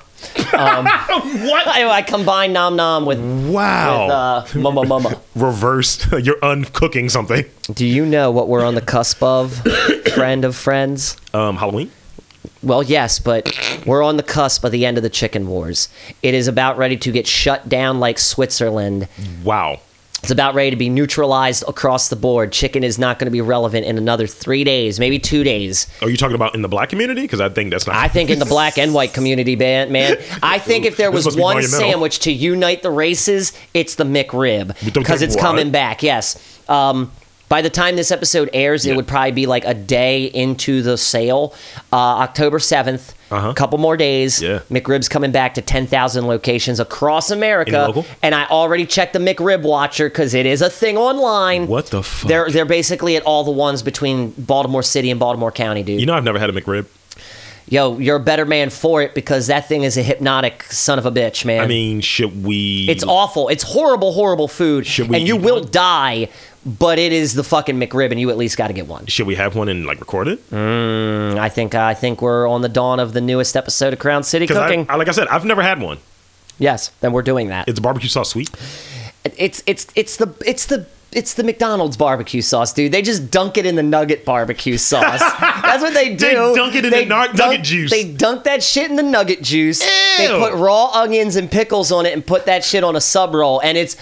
Um, what? I, I combine nom nom with, with wow. uh, mama [laughs] mama. Reverse. You're uncooking something. Do you know what we're on the cusp of, [coughs] friend of friends? Um, Halloween. Well, yes, but we're on the cusp of the end of the chicken wars. It is about ready to get shut down like Switzerland. Wow. It's about ready to be neutralized across the board. Chicken is not going to be relevant in another three days, maybe two days. Are you talking about in the black community? Because I think that's not. I think in [laughs] the black and white community, man, man I think if there This was must be one monumental. sandwich to unite the races, it's the McRib don't because think it's why. coming back. Yes. Um, by the time this episode airs, Yeah. it would probably be like a day into the sale, uh, October 7th Uh-huh. A couple more days. Yeah. McRib's coming back to ten thousand locations across Any America, local? and I already checked the McRib Watcher because it is a thing online. What the fuck? They're they're basically at all the ones between Baltimore City and Baltimore County, dude you know, I've never had a McRib. yo, you're a better man for it because that thing is a hypnotic son of a bitch, man. I mean, should we? it's awful. It's horrible, horrible food. Should we and you eat will one? die, but it is the fucking McRib, and you at least got to get one. Should we have one and like record it? Mm. And I think I think we're on the dawn of the newest episode of Crown City I, Cooking. I, like I said, I've never had one. yes, then we're doing that. It's barbecue sauce sweet. It's it's it's the it's the it's the McDonald's barbecue sauce, dude. They just dunk it in the nugget barbecue [laughs] sauce. That's what they do. dunk it in the nug- nugget juice. They dunk that shit in the nugget juice. They Ew. put raw onions and pickles on it and put that shit on a sub roll, and it's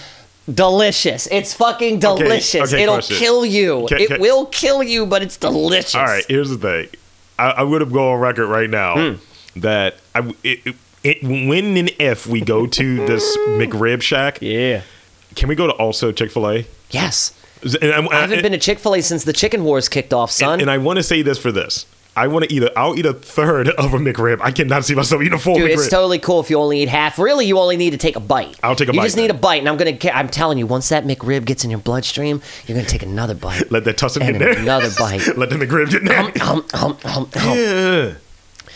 delicious. It's fucking delicious. okay, It'll question. kill you. Ca- it ca- will kill you, but it's delicious. All right, here's the thing. I, I'm going to go on record right now Hmm. that I, it, it- it, when and if we go to this McRib Shack, Yeah. can we go to also Chick Fil A? Yes. I haven't been to Chick Fil A since the Chicken Wars kicked off, son. Uh, And I want to say this for this. I want to eat a. I'll eat a third [laughs] of a McRib. I cannot see myself eating a full Dude, McRib. it's totally cool if you only eat half. Really, you only need to take a bite. I'll take a you bite, just need a man. bite, and I'm gonna. ca- I'm telling you, once that McRib gets in your bloodstream, you're gonna take another bite [laughs] Let that tussin get and in there. [laughs] another bite. Let the McRib get in there. Um, um, um, [laughs] um. Yeah.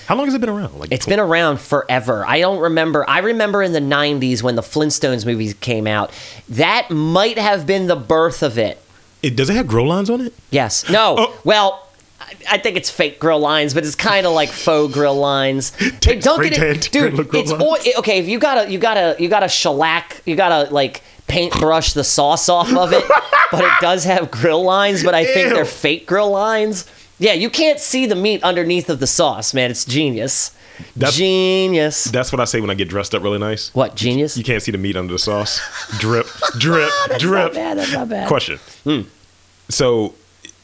How long has it been around? Like It's been around forever. I don't remember. I remember in the 90s when the Flintstones movies came out. That might have been the birth of it. It, does it have grow lines on it? Yes. No. Oh. Well, I- I think it's fake grill lines, but it's kind of like faux grill lines. [laughs] They don't get pretend it, dude. grill It's lines. oil, okay. If you gotta, you gotta, you gotta shellac. You gotta like paintbrush the sauce off of [laughs] it, but it does have grill lines. But I think Ew. they're fake grill lines. Yeah, you can't see the meat underneath of the sauce, man. It's genius. That's- genius. That's what I say when I get dressed up really nice. what genius? You can't see the meat under the sauce. [laughs] drip, drip, drip. Not bad. That's not bad. Question. Hmm. So,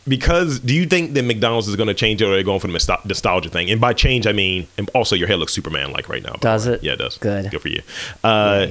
because do you think that McDonald's is going to change it, or they're going for the nostal- nostalgia thing? And by change, I mean, and also your hair looks Superman like right now. by the Does way. it? Yeah, it does. Good. Good for you. Uh,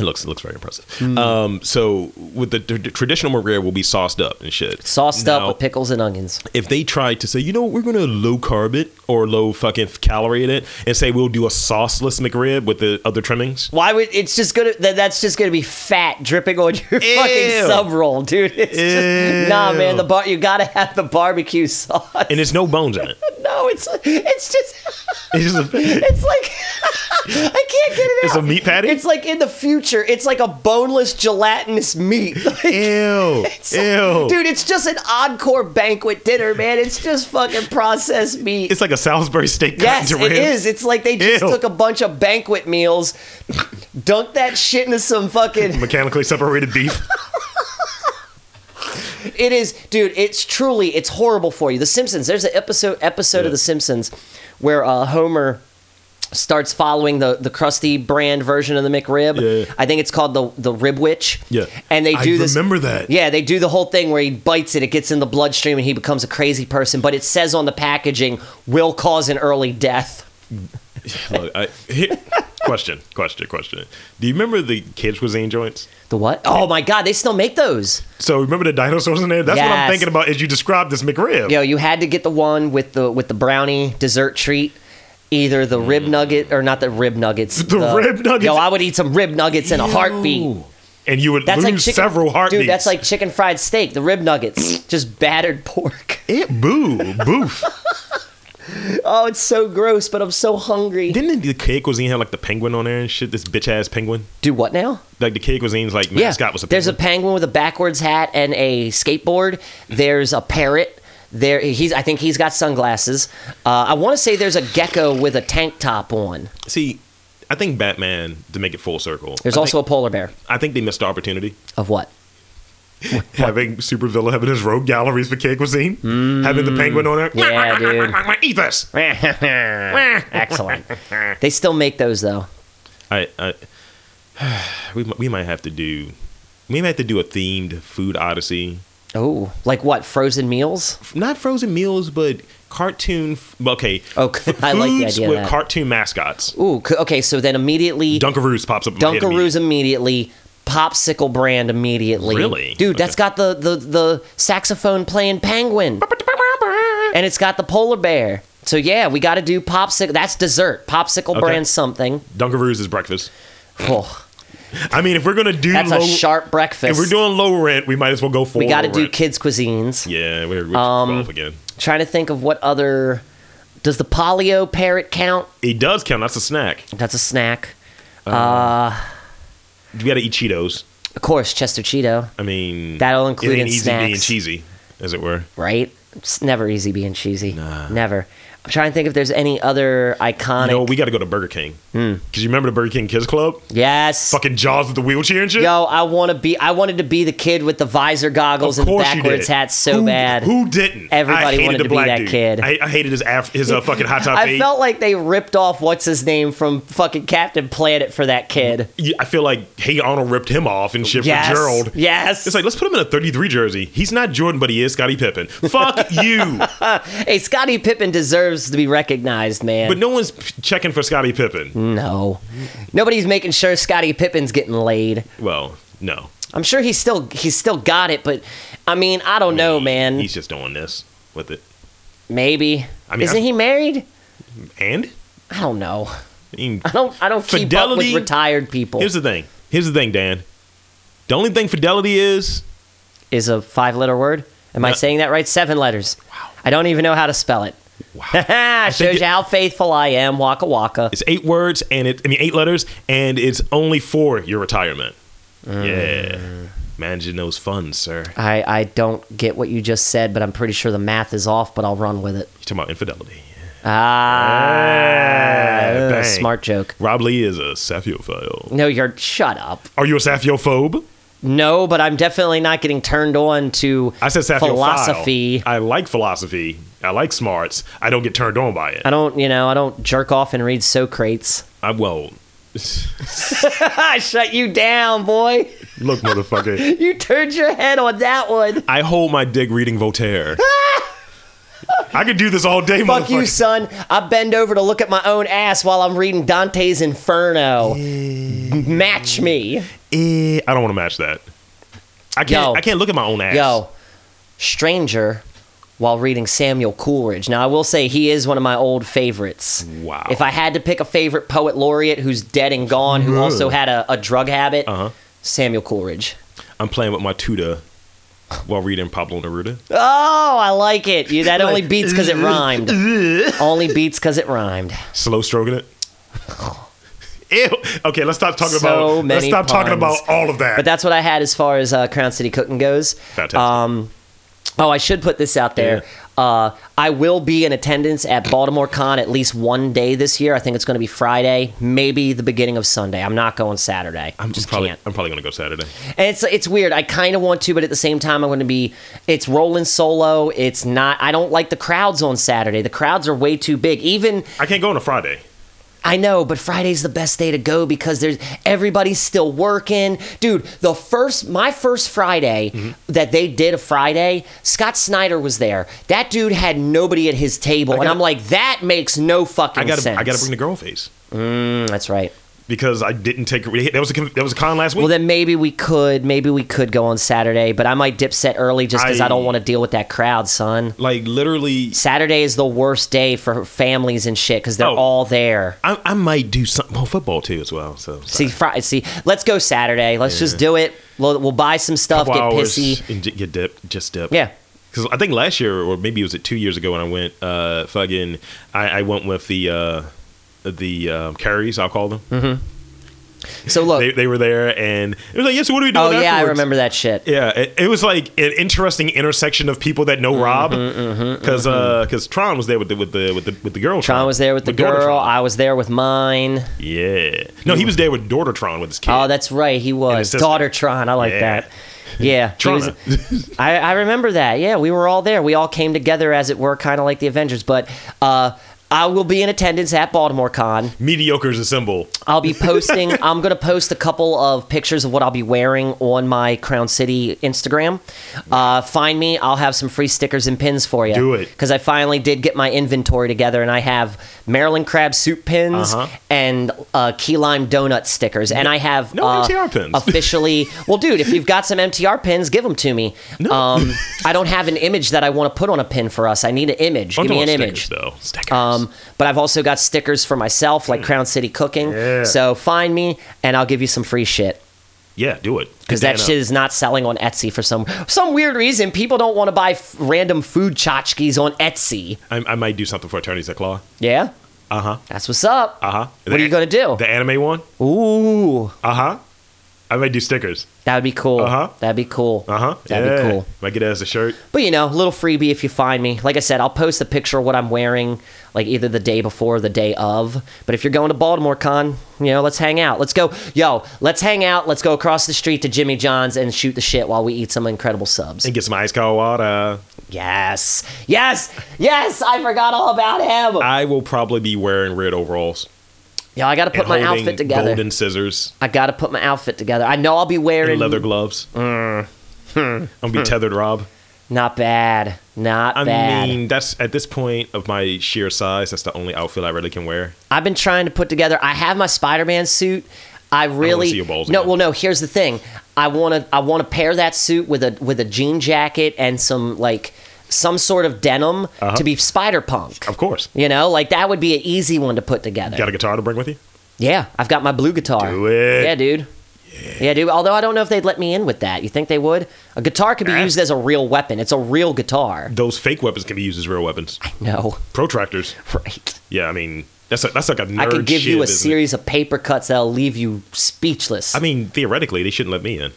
It looks it looks very impressive. Hmm. Um, so with the, tr- traditional McRib will be sauced up and shit. Sauced up Now, with pickles and onions. if they tried to say, you know what, we're going to low carb it or low fucking calorie it and say we'll do a sauceless McRib with the other trimmings. Why would it's just gonna that, that's just gonna be fat dripping on your [laughs] fucking sub roll, dude? It's just nah, man. The bar you gotta have the barbecue sauce. And there's no bones in it. [laughs] [laughs] no, it's it's just It's just [laughs] a, it's like [laughs] I can't get it it's out. a meat patty. It's like in the future. It's like a boneless gelatinous meat. [laughs] Like, ew, ew. Dude, it's just an encore banquet dinner, man. It's just fucking processed meat. It's like a Salisbury steak. cut Yes, into it ribs. is. It's like they just Ew. took a bunch of banquet meals, dunked that shit into some [laughs] fucking. Mechanically separated beef. It is, dude. It's truly, it's horrible for you. The Simpsons. There's an episode episode Yeah. of The Simpsons where uh, Homer starts following the the Krusty brand version of the McRib. Yeah. I think it's called the the Rib Witch. Yeah. and they I do this. remember that. Yeah, they do the whole thing where he bites it, it gets in the bloodstream, and he becomes a crazy person. But it says on the packaging, "will cause an early death." Look, I, here- question, question, question. Do you remember the kids cuisine joints? The what? Oh my God, they still make those. So remember the dinosaurs in there? That's what I'm Yes. thinking about as you describe this McRib. Yo, you had to get the one with the with the brownie dessert treat. Either the rib nugget or not the rib nuggets. Mm. [laughs] The rib nuggets. Yo, I would eat some rib nuggets in a heartbeat. And you would That's lose like chicken, several heartbeats. Dude, that's like chicken fried steak. The rib [sniffs] nuggets, just battered pork. [laughs] it. Boo, boof. Oh, it's so gross, but I'm so hungry. [laughs] Didn't the kid cuisine have like the penguin on there and shit? This bitch ass penguin. Do what now? Like the kid cuisine's like Yeah, mascot was a there's a penguin. penguin with a backwards hat and a skateboard. There's a parrot. There, he's. I think he's got sunglasses. Uh, I want to say there's a gecko with a tank top on. See, I think Batman to make it full circle. There's I also think, a polar bear. I think they missed the opportunity Of what? having supervillain having his rogue galleries for kid cuisine, having the penguin on there. Mm. Yeah, dude. [laughs] Eat this. [laughs] Excellent. They still make those though. I, I [sighs] we mi- we might have to do we might have to do a themed food odyssey. Oh, like what? Frozen meals? F- Not frozen meals, but cartoon. F- okay, Okay, [laughs] f- I like the foods idea of Oh, with that. cartoon mascots. Ooh, c- okay. So then immediately Dunkaroos pops up. in my head Dunkaroos immediately, popsicle brand immediately. Really? dude, that's Okay. got the the the saxophone playing penguin, and it's got the polar bear. So yeah, we got to do popsicle. That's dessert. Popsicle brand something. Dunkaroos is breakfast. Oh, I mean, if we're gonna do that's low, a sharp breakfast. if we're doing low rent, we might as well go full. we Um, got to low do rent. kids cuisines. Yeah, we're, we're twelve again. Trying to think of what other. Does the polio parrot count? It does count. That's a snack. That's a snack. We got to eat Cheetos. Of course, Chester Cheeto, I mean, That'll it include ain't in easy snacks. being cheesy, as it were. right? It's never easy being cheesy. Never. I'm trying to think if there's any other iconic. No, we got to go to Burger King. Hmm. Because you remember the Burger King Kids Club? yes. Fucking Jaws with the wheelchair and shit? Yo, I want to be. I wanted to be the kid with the visor goggles and Of the course you backwards did. hat so Who- bad. Who didn't? Everybody I hated wanted the to be black that dude. kid. I, I hated his af- his uh, fucking hot [laughs] top I eight. felt like they ripped off what's his name from fucking Captain Planet for that kid. Yeah, I feel like Hey Arnold ripped him off and shit Yes. for Gerald. Yes. It's like let's put him in a 33 jersey. He's not Jordan, but he is Scottie [laughs] Pippen. Fuck you. hey, Scottie Pippen deserves to be recognized, man. But no one's checking for Scottie Pippen. Hmm. no, nobody's making sure Scottie Pippen's getting laid. Well, no. I'm sure he's still he's still got it, but I mean, I don't know, He- man. He's just doing this with it. Maybe. I mean, Isn't I- he married? And I don't know. I mean, I don't. I don't keep up with Fidelity- retired people. here's the thing. Here's the thing, Dan. The only thing fidelity is is a five letter word. Am I No. saying that right? Seven letters. Wow. I don't even know how to spell it. [laughs] Wow. Shows think you it- how faithful I am. Waka waka. it's eight words and it I mean eight letters and it's only for your retirement. Mm. Yeah. Managing those funds, sir. I, I don't get what you just said, but I'm pretty sure the math is off, but I'll run with it. You're talking about infidelity. Ah, Ah, ugh, bang. smart joke. Rob Lee is a saphophile. No, you're shut up. Are you a sapphophobe? No, but I'm definitely not getting turned on to I said saphophile. philosophy. I like philosophy. I like smarts. I don't get turned on by it. I don't, you know, I don't jerk off and read Socrates. I well, [laughs] I shut you down, boy. [laughs] look, motherfucker. You turned your head on that one. I hold my dick [laughs] reading Voltaire. I could do this all day, Fuck motherfucker. you, son. I bend over to look at my own ass while I'm reading Dante's Inferno. Match me. Eh, I don't want to match that. I can't. Yo. I can't look at my own ass. Yo, Stranger while reading Samuel Coleridge. Now, I will say he is one of my old favorites. Wow. If I had to pick a favorite poet laureate who's dead and gone, who also had a, a drug habit, Uh-huh. Samuel Coleridge. I'm playing with my tutor while reading Pablo Neruda. Oh, I like it. You, that only beats because it rhymed. only beats because it rhymed. slow [laughs] stroking it. Ew. Okay, let's stop talking So about. many let's stop talking puns. about all of that. But that's what I had as far as uh, Crown City cooking goes. Fantastic. Um, oh, I should put this out there. Uh, I will be in attendance at Baltimore Con at least one day this year. I think it's going to be Friday, maybe the beginning of Sunday. I'm not going Saturday. i I'm just probably. can't. I'm probably gonna go Saturday. And it's it's weird. I kind of want to, but at the same time, I'm going to be. It's rolling solo. It's not. I don't like the crowds on Saturday. The crowds are way too big. Even I can't go on a Friday. I know, but Friday's the best day to go because there's everybody's still working. Dude, the first my first Friday Mm-hmm. that they did a Friday, Scott Snyder was there. That dude had nobody at his table, and gotta- I'm like, that makes no fucking I gotta. sense. I gotta bring the girl face Mm, that's right. because I didn't take. That was a. con- That was a con last week. Well, then maybe we could, maybe we could go on Saturday, but I might dip set early just because I, I- don't want to deal with that crowd, son. like literally, Saturday is the worst day for families and shit because they're Oh. all there. I, I might do something. Well, football too as well. So See, Friday. See, let's go Saturday. Let's just do it. We'll, we'll buy some stuff, Couple get hours pissy. and j- get dip. Just dip. Yeah. Because I think last year, or maybe it was two years ago, when I went, uh, fucking, I, I went with the uh, the um, carries. I'll call them. So look. They, they were there, and it was like, yeah. So what are we doing? oh yeah, I afterwards?" remember that shit. Yeah, it, it was like an interesting intersection of people that know Mm-hmm, Rob, because Tron was there with the with the with the, with the girl. Tron was there with the daughter girl. Tron. I was there with mine. yeah, no, he was there with daughter Tron with his kid. Oh, that's right. He was his sister. daughter Tron. I like Yeah. that. Yeah, he was- Trona. [laughs] I, I remember that. Yeah, we were all there. We all came together, as it were, kind of like the Avengers. But uh, I will be in attendance at Baltimore Con. mediocre's a symbol. I'll be [laughs] posting. I'm gonna post a couple of pictures of what I'll be wearing on my Crown City Instagram. Uh, find me. I'll have some free stickers and pins for you. Do it. because I finally did get my inventory together, and I have Maryland crab soup pins Uh-huh. and uh, key lime donut stickers, and I have No uh, MTR pins. [laughs] officially. Well, dude, if you've got some MTR pins, give them to me. No. Um, [laughs] I don't have an image that I want to put on a pin for us. I need an image. I'm give me an talking about image. stickers, though. Stickers. Um, but I've also got stickers for myself, like Crown City Cooking. Mm. Yeah. So find me, and I'll give you some free shit. yeah, do it Because that shit is not selling on Etsy for some some weird reason. People don't want to buy f- random food tchotchkes on Etsy. I, I might do something for attorneys at law. Yeah, Uh huh. that's what's up. Uh huh. What are you gonna do? The anime one. Ooh, Uh huh. I might do stickers. That would be cool. Uh-huh. That'd be cool. Uh huh. That'd be cool. Might get it as a shirt. But you know, little freebie if you find me. Like I said, I'll post the picture of what I'm wearing, like either the day before or the day of. But if you're going to Baltimore Con, you know, let's hang out. Let's go, yo, let's hang out. Let's go across the street to Jimmy John's and shoot the shit while we eat some incredible subs. And get some ice cold water. Yes, yes, yes. I forgot all about him. I will probably be wearing red overalls. yo, I got to put and my holding outfit together. Golden scissors I got to put my outfit together. I know I'll be and wearing leather gloves. Hmm. I'm gonna be tethered, Rob. Not bad. Not I bad. mean, that's at this point of my sheer size, that's the only outfit I really can wear. I've been trying to put together. I have my Spider-Man suit. I really see your balls no. again. Well, no. Here's the thing. I want to. I want to pair that suit with a with a jean jacket and some like some sort of denim Uh-huh. to be Spider Punk. Of course. You know, like that would be an easy one to put together. Got a guitar to bring with you? yeah, I've got my blue guitar. Do it. Yeah, dude. Yeah. dude. Although I don't know if they'd let me in with that. You think they would? A guitar could be used as a real weapon. It's a real [laughs] guitar. Those fake weapons can be used as real weapons. No, [laughs] Protractors. right. Yeah, I mean, that's a, that's like a nerd I could give you shiv, a isn't it? series of paper cuts that'll leave you speechless. I mean, theoretically, they shouldn't let me in.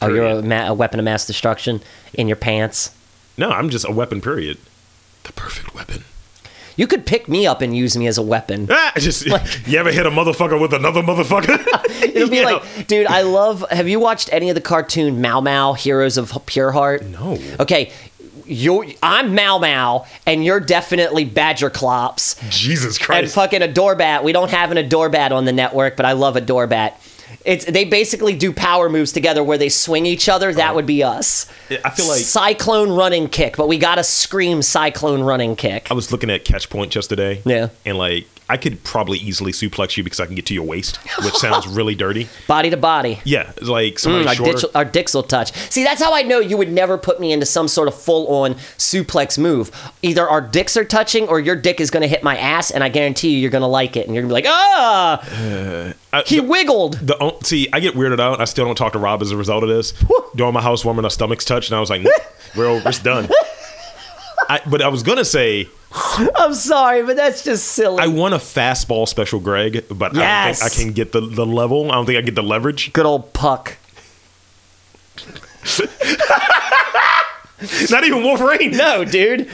Oh, you're a, Period. ma- a weapon of mass destruction in your pants. No, I'm just a weapon, period. The perfect weapon. You could pick me up and use me as a [laughs] weapon. Ah, just you ever hit a motherfucker with another motherfucker? [laughs] It'll be [laughs] Yeah. like, dude, I love. Have you watched any of the cartoon Mau Mau Heroes of Pure Heart? No. Okay, you. I'm Mau Mau, and you're definitely Badger Clops Jesus and Christ. fucking Adore Bat. We don't have an Adore Bat on the network, but I love Adore Bat. It's they basically do power moves together where they swing each other. That would be us. Uh-huh. I feel like Cyclone running kick, but we gotta scream Cyclone running kick. I was looking at catch point yesterday. Yeah. And like I could probably easily suplex you because I can get to [laughs] your waist, which sounds really dirty. Body to body. Yeah, it's like somebody Mm, our, shorter. ditch, our dicks will touch. See, that's how I know you would never put me into some sort of full on suplex move. Either our dicks are touching or your dick is going to hit my ass, and I guarantee you, you're going to like it. And you're going to be like, ah! I- he wiggled. the on- see, I get weirded out. I still don't talk to Rob as a result of this. During my housewarming, our stomachs touched, and I was like, "We're over. [laughs] It's done." I, but I was gonna say I'm sorry, but that's just silly. I want a fastball special, Greg, but I don't Yes. think I can get the, the level. I don't think I get the leverage. Good old puck. [laughs] Not even Wolverine. No, dude.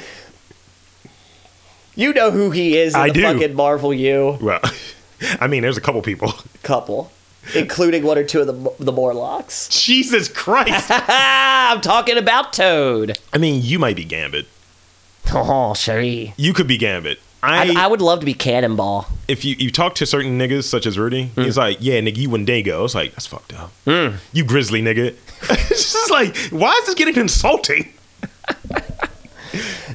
You know who he is in I the do. fucking Marvel U Well, [laughs] I mean, there's a couple people. [laughs] couple, including one or two of the, the Morlocks. [laughs] Jesus Christ. Ah, I'm talking about Toad. [laughs] I mean, you might be Gambit. Oh, Cherie. You could be Gambit. I, I, I would love to be Cannonball. if you, you talk to certain niggas such as Rudy, Hmm. he's like, "Yeah, nigga, you Wendigo." It's like that's fucked up. You grizzly nigga. [laughs] it's just like, why is this getting insulting?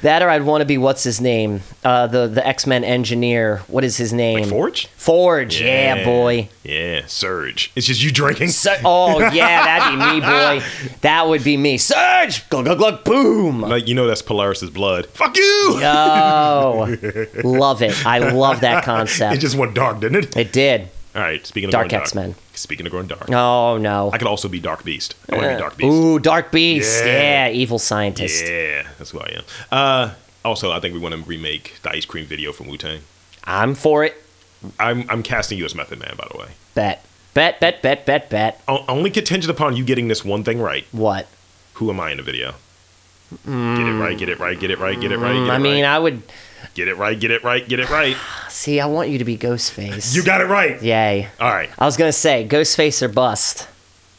That or I'd want to be what's his name? Uh, the the X Men engineer. What is his name? Forge. Forge. Yeah, boy. Yeah, Surge. It's just you drinking. So, oh yeah, that'd be me, boy. That would be me. Surge. Glug glug glug. Boom. [laughs] like you know that's Polaris's blood. Fuck you. [laughs] Oh, love it. I love that It concept. just went dark, didn't it? it did. All right. Speaking of Dark going X-Men. Speaking of growing dark, Oh no. Uh, I could also be Dark Beast. I want to be Dark Beast. Ooh, Dark Beast. Yeah, Yeah. evil scientist. Yeah, that's who I am. Uh, also, I think we want to remake the ice cream video from Wu Tang. I'm for it. I'm I'm casting you as Method Man, by the way. Bet. Bet. Bet. Bet. Bet. Bet. O- only contingent upon you getting this one thing right. What? Who am I in the video? Get it right. Get it right. Get it right. Get it right. Get Mm, I it mean, right. I would get it right. Get it right. Get it right. see. I want you to be Ghostface. You got it right. Yay. All right. I was gonna say Ghostface or bust.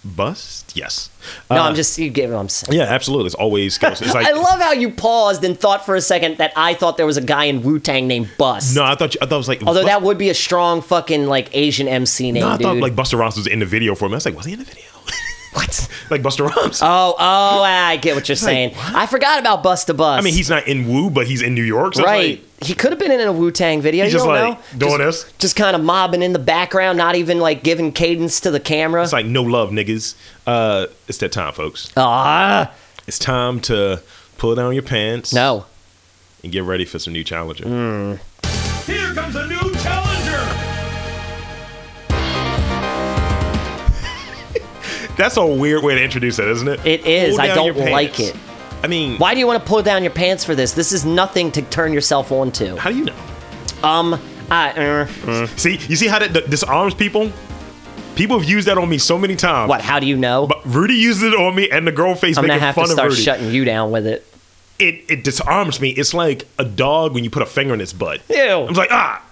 Bust. Yes. No, Uh, I'm just you get what I'm saying. Yeah, absolutely. It's [laughs] always Ghost. It's like I love how you paused and thought for a second that I thought there was a guy in Wu Tang named Bust. no. I thought you, I thought it was like Although Bust- that would be a strong fucking like Asian MC name, no, I dude. thought like Buster Rhymes was in the video for me. I was like, was he in the video? [laughs] what? like Buster Rhymes. Oh, oh, I get what you're saying. I forgot about Bust to Bust. I mean, he's not in Wu, but he's in New York. So it's right. he could have been in a Wu Tang video. He's you just don't like know. doing just, this. just kind of mobbing in the background, not even like giving cadence to the camera. It's like no love, niggas. Uh, it's that time, folks. Ah, It's time to pull down your pants. no. Hmm. And get ready for some new challenger. Here comes a new challenger! [laughs] That's a weird way to introduce it, isn't it? It is. Pull I down don't your pants. like it. I mean, Why do you want to pull down your pants for this? This is nothing to turn yourself on to. how do you know? Um, I, er, See, you see how that, that disarms people? People have used that on me so many times. What? How do you know? But Rudy used it on me, and the girl face I'm making gonna have fun to of start Rudy. shutting you down with it. it it disarms me. It's like a dog when you put a finger in its butt. Ew. I'm like ah.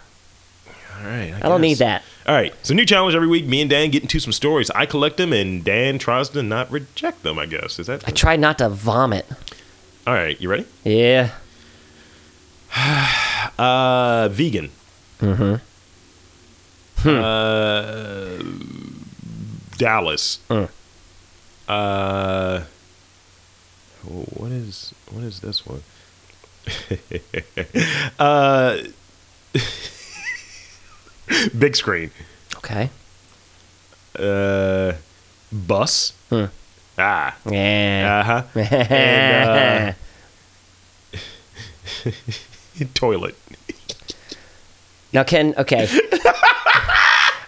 All right. I don't need that. All right. So new challenge every week. Me and Dan get into some stories. I collect them, and Dan tries to not reject them. I guess is that I try not to vomit. all right? You ready? Yeah. Uh, vegan. Hmm. Mm-hmm. Uh, Dallas. Mm. Uh, what is what is this one? [laughs] uh, [laughs] big screen. Okay. Uh, bus. Hmm. Ah. Yeah. Uh [laughs] huh. and, uh, Toilet. now, Ken. [laughs] Okay.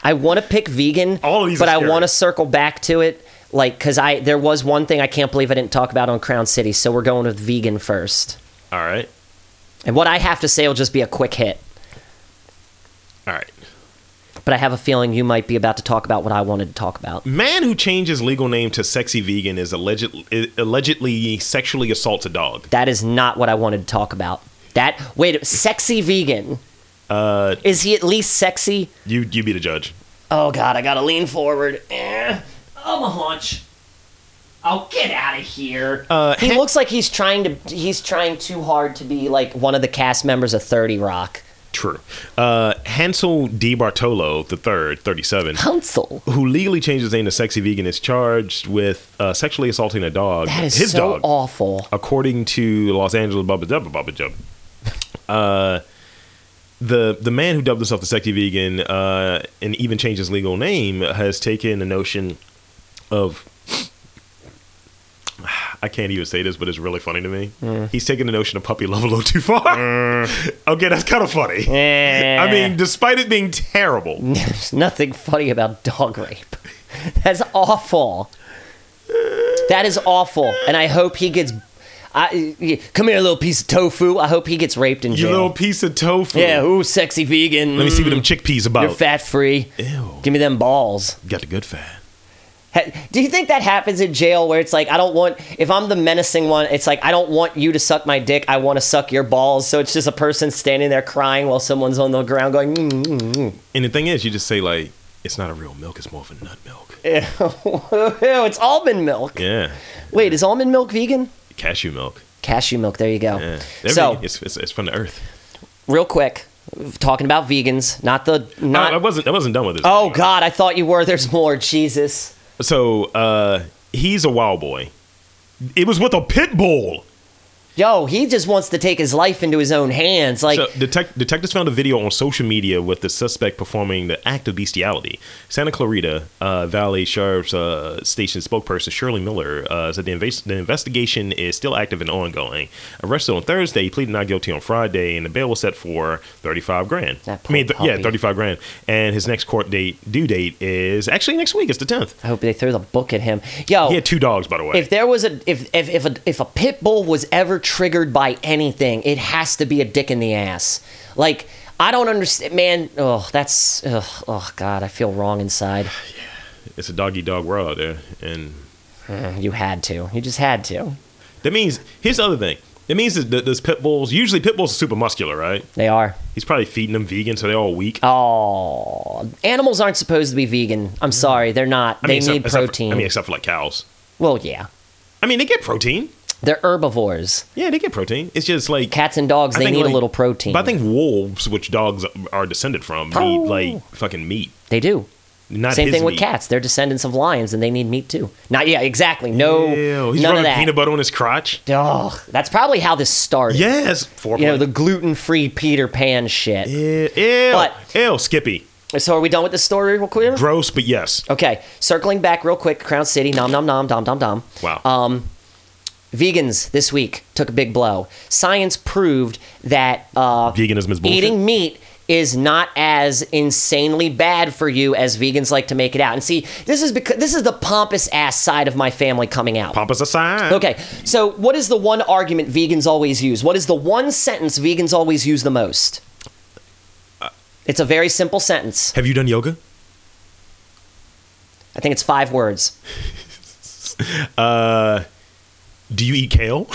I want to pick vegan, All of these but I are scary. want to circle back to it, like, because I there was one thing I can't believe I didn't talk about on Crown City, so we're going with vegan first. All right. And what I have to say will just be a quick hit, All right. but I have a feeling you might be about to talk about what I wanted to talk about. Man who changes legal name to sexy vegan is alleged, allegedly sexually assaults a dog. That is not what I wanted to talk about. That wait, sexy vegan. Uh, is he at least sexy? You you be the judge. Oh God, I gotta lean forward. Eh, I'm a hunch. Oh, get out of here. Uh, he Hank- looks like he's trying to. He's trying too hard to be like one of the cast members of Thirty Rock. True. Uh, Hansel Di Bartolo the third, thirty-seven, Hansel. who legally changed his name to sexy vegan, is charged with uh, sexually assaulting a dog. That is his so dog, awful. according to the Los Angeles Bubba Jubba Bubba Jub. Uh, the the man who dubbed himself the sexy vegan uh, and even changed his legal name has taken the notion of. [sighs] I can't even say this, but it's really funny to me. Mm. He's taken the notion of puppy love a little too far. [laughs] okay, that's kind of funny. I I mean, despite it being terrible, There's nothing funny about dog rape. That's awful. That is awful, and I hope he gets. I y- come here, little piece of tofu. I hope he gets raped in you jail. little piece of tofu. yeah, ooh, sexy vegan. Mm. Let me see what them chickpeas about. You're fat free. Ew. Give me them balls. Got the good fat. Ha- Do you think that happens in jail where it's like, I don't want, if I'm the menacing one, it's like, I don't want you to suck my dick. I want to suck your balls. So it's just a person standing there crying while someone's on the ground going, mm, mm, mm. And the thing is, you just say like, it's not a real milk; it's more of a nut [laughs] milk. mm." Ew, [laughs] it's almond milk. Yeah, Wait, is almond milk vegan? cashew milk. Cashew milk. There you go. Yeah, so, so it's, it's, it's from the earth. real quick, talking about vegans, not the, Not, I, not, wasn't. I wasn't done with this. oh God, I thought you were. There's more. Jesus. So uh, he's a wild boy. It was with a pit bull. Yo, he just wants to take his life into his own hands. Like, so detect, detectives found a video on social media with the suspect performing the act of bestiality. Santa Clarita uh, Valley Sheriff's uh, Station spokesperson Shirley Miller uh, said the, invas- the investigation is still active and ongoing. Arrested on Thursday, he pleaded not guilty on Friday, and the bail was set for thirty-five grand. That I mean, poor yeah, puppy. thirty-five grand. And his next court date due date is actually next week. It's the tenth. I hope they throw the book at him. Yo, He had two dogs, by the way. if there was a if if if a, if a pit bull was ever triggered by anything, it has to be a dick in the ass. Like I don't understand, man. Oh, that's ugh, oh god, I feel wrong inside. it's a doggy dog world out there, and You had to. You just had to. that means here's the other thing. It means that th- those pit bulls usually pit bulls are super muscular, right? They are. He's probably feeding them vegan, so they're all weak. Oh, animals aren't supposed to be vegan. I'm sorry, they're not. I mean, They except- need except for- protein. I mean, except for like cows. well, yeah, I mean, they get protein. they're herbivores. Yeah, they get protein. It's just like Cats and dogs, I they think, need like- a little protein. But I think wolves, which dogs are descended from, need Oh. like fucking meat. they do. Not Same his thing with meat. cats. They're descendants of lions, and they need meat too. Not yeah, exactly. No, Ew, Oh, none of he's rubbing that. peanut butter on his crotch. Ugh, that's probably how this started. Yes, four. You know the gluten-free Peter Pan shit. ew, ew, But- ew, Skippy. So are we done with this story real quick? Gross, but yes. Okay, circling back real quick. Crown City, nom nom nom, dom dom dom. Wow. Um, vegans this week took a big blow. Science proved that uh, Veganism is bullshit. eating meat is not as insanely bad for you as vegans like to make it out. And see, this is because this is the pompous ass side of my family coming out. Pompous aside. Okay, so what is the one argument vegans always use? What is the one sentence vegans always use the most? Uh, It's a very simple sentence. Have you done yoga? I think it's five words. Do you eat kale?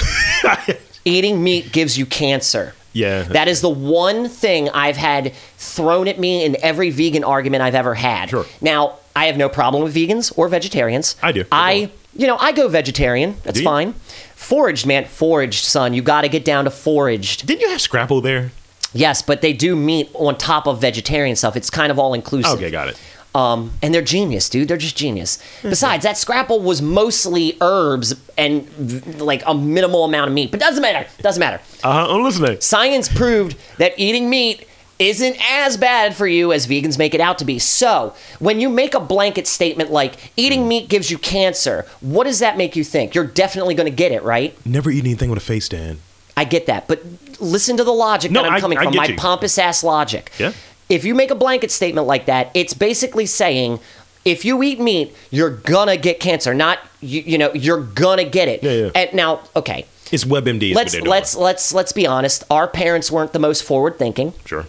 [laughs] Eating meat gives you cancer. yeah. That is the one thing I've had thrown at me in every vegan argument I've ever had. Sure. Now, I have no problem with vegans or vegetarians. I do. I, you know, I go vegetarian. That's Do you? fine. Foraged, man. Foraged, son. You got to get down to foraged. Didn't you have Scrapple there? Yes, but they do meat on top of vegetarian stuff. It's kind of all inclusive. Okay, got it. Hmm. Um, and they're genius, dude. They're just genius. Besides, that scrapple was mostly herbs and v- like a minimal amount of meat, but doesn't matter. Doesn't matter. Uh huh. I'm listening. Science proved that eating meat isn't as bad for you as vegans make it out to be. So, when you make a blanket statement like eating Hmm. meat gives you cancer, what does that make you think? You're definitely going to get it, right? Never eat anything with a face, Dan. I get that, but listen to the logic No, that I'm I- coming I from. get My you. pompous ass logic. Yeah. If you make a blanket statement like that, it's basically saying if you eat meat, you're gonna get cancer. Not you, you know, you're gonna get it. Yeah, yeah. And now, okay, It's WebMD. is what let's they're doing. let's let's let's be honest. Our parents weren't the most forward thinking. Sure.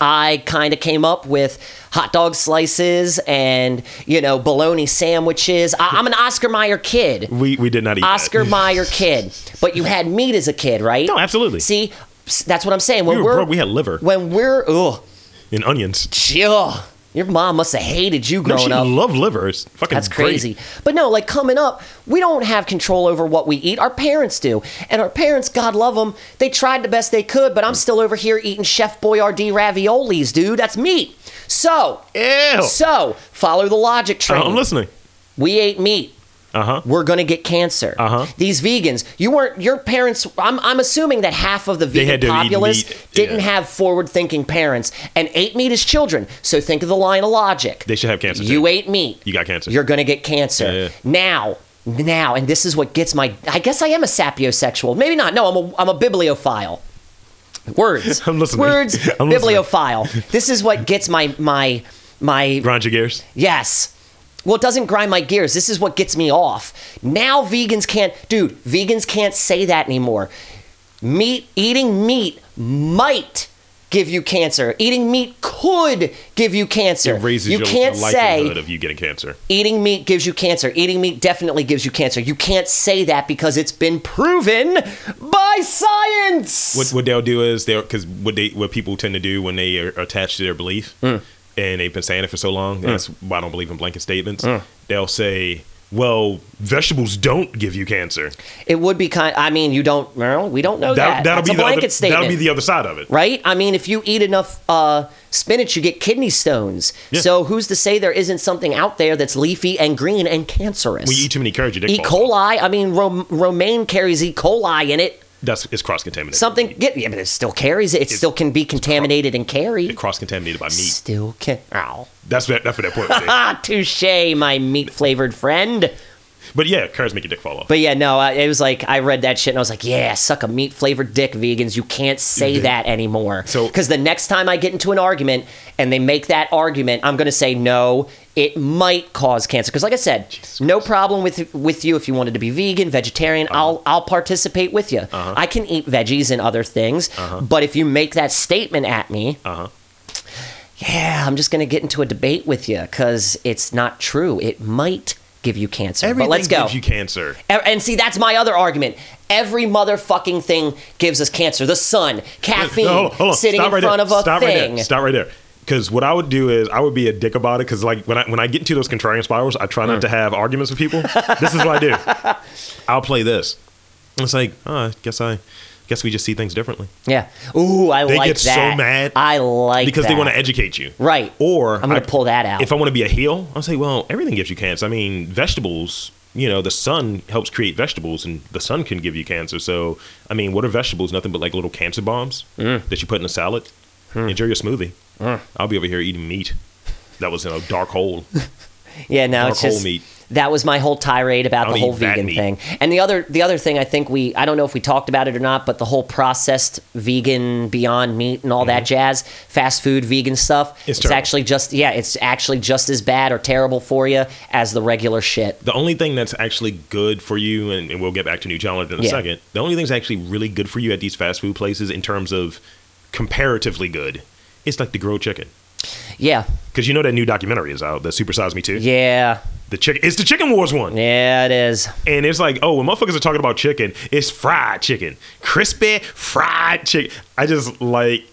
I kind of came up with hot dog slices and you know bologna sandwiches. I, I'm an Oscar Mayer kid. We we did not eat that. Oscar Mayer kid, but you had meat as a kid, right? No, absolutely. See, s- that's what I'm saying. When We were are broke. We had liver when we're oh, and onions. chill. Your mom must have hated you No, growing she up. loved liver. It's fucking That's great. crazy. But no, like coming up, we don't have control over what we eat. Our parents do. And our parents, God love them, they tried the best they could, but I'm still over here eating Chef Boyardee raviolis, dude. That's meat. So, Ew. so follow the logic train. I'm listening. we ate meat. Uh huh. We're gonna get cancer. Uh-huh. These vegans, you weren't. Your parents. I'm. I'm assuming that half of the had vegan to eat populace meat, didn't yeah. have forward-thinking parents and ate meat as children. So think of the line of logic. They should have cancer. You too. ate meat. You got cancer. You're gonna get cancer. Yeah, yeah. Now, now, and this is what gets my. I guess I am a sapiosexual. Maybe not. No, I'm a. I'm a bibliophile. Words. [laughs] I'm listening. Words. I'm listening. bibliophile. This is what gets my my my Grind your gears. Yes. Well, it doesn't grind my gears. This is what gets me off. Now vegans can't, dude, vegans can't say that anymore. Meat, eating meat might give you cancer. Eating meat could give you cancer. It raises you your can't likelihood say of you getting cancer. eating meat gives you cancer. Eating meat definitely gives you cancer. You can't say that because it's been proven by science. What what they'll do is they'll because what they what people tend to do when they are attached to their belief Hmm. and they've been saying it for so long. That's why I don't believe in blanket statements. Hmm. They'll say, "Well, vegetables don't give you cancer." It would be kind. I mean, you don't. Well, we don't know Oh, that. that'll That's be a blanket the other, statement. That'll be the other side of it. right? I mean, if you eat enough uh, spinach, you get kidney stones. Yeah. So who's to say there isn't something out there that's leafy and green and cancerous? When you eat too many carrots, your dick E. falls out. coli. I mean, rom- romaine carries E. coli in it. That's it's cross contaminated. Something. Get, yeah, but it still carries it. It still can be contaminated and carried. cross contaminated by meat. Still can. Ow. That's what, that's what that point was. at. Ah, touche, my meat flavored friend. But yeah, carrots make your dick fall off. But yeah, no, I, it was like I read that shit and I was like, yeah, suck a meat flavored dick, vegans. You can't say that anymore. So- because the next time I get into an argument and they make that argument, I'm gonna say no. It might cause cancer because, like I said, no problem with with you if you wanted to be vegan, vegetarian. Uh-huh. I'll I'll participate with you. I can eat veggies and other things, but if you make that statement at me, Uh-huh. yeah, I'm just gonna get into a debate with you because it's not true. It might give you cancer. Everything but let's go. gives you cancer. E- And see, that's my other argument. Every motherfucking thing gives us cancer. The sun, caffeine, No, hold on, hold on. sitting Stop in right front there. of a Stop thing. Right there. Stop right there. Because what I would do is I would be a dick about it. Because like when I when I get into those contrarian spirals, I try not to have arguments with people. this is what [laughs] I do. I'll play this. It's like oh, I guess I guess we just see things differently Yeah. Ooh, I They like get so that. mad I like because they that. want to educate you, Right. Or I'm gonna I- pull that out. If I want to be a heel, I'll say, well, everything gives you cancer. I mean, vegetables. You know, the sun helps create vegetables, and the sun can give you cancer. So, I mean, what are vegetables? Nothing but like little cancer bombs Mm. that you put in a salad. Hmm. Enjoy your smoothie. I'll be over here eating meat. That was in a dark [laughs] hole. yeah, no, it's whole just meat. that was my whole tirade about I'll the whole eat that vegan meat. thing. And the other the other thing I think we I don't know if we talked about it or not, but the whole processed vegan beyond meat and all that jazz, fast food vegan stuff. Mm-hmm. It's it's terrible. actually just yeah, it's actually just as bad or terrible for you as the regular shit. The only thing that's actually good for you, and, and we'll get back to New Challenge in a Yeah. second. The only thing that's actually really good for you at these fast food places, in terms of comparatively good, is like the grilled chicken. Yeah. Because you know that new documentary is out, the Super Size Me Too. Yeah. The chicken. It's the Chicken Wars one. Yeah, it is. And it's like, oh, when motherfuckers are talking about chicken, it's fried chicken, crispy fried chicken. I just like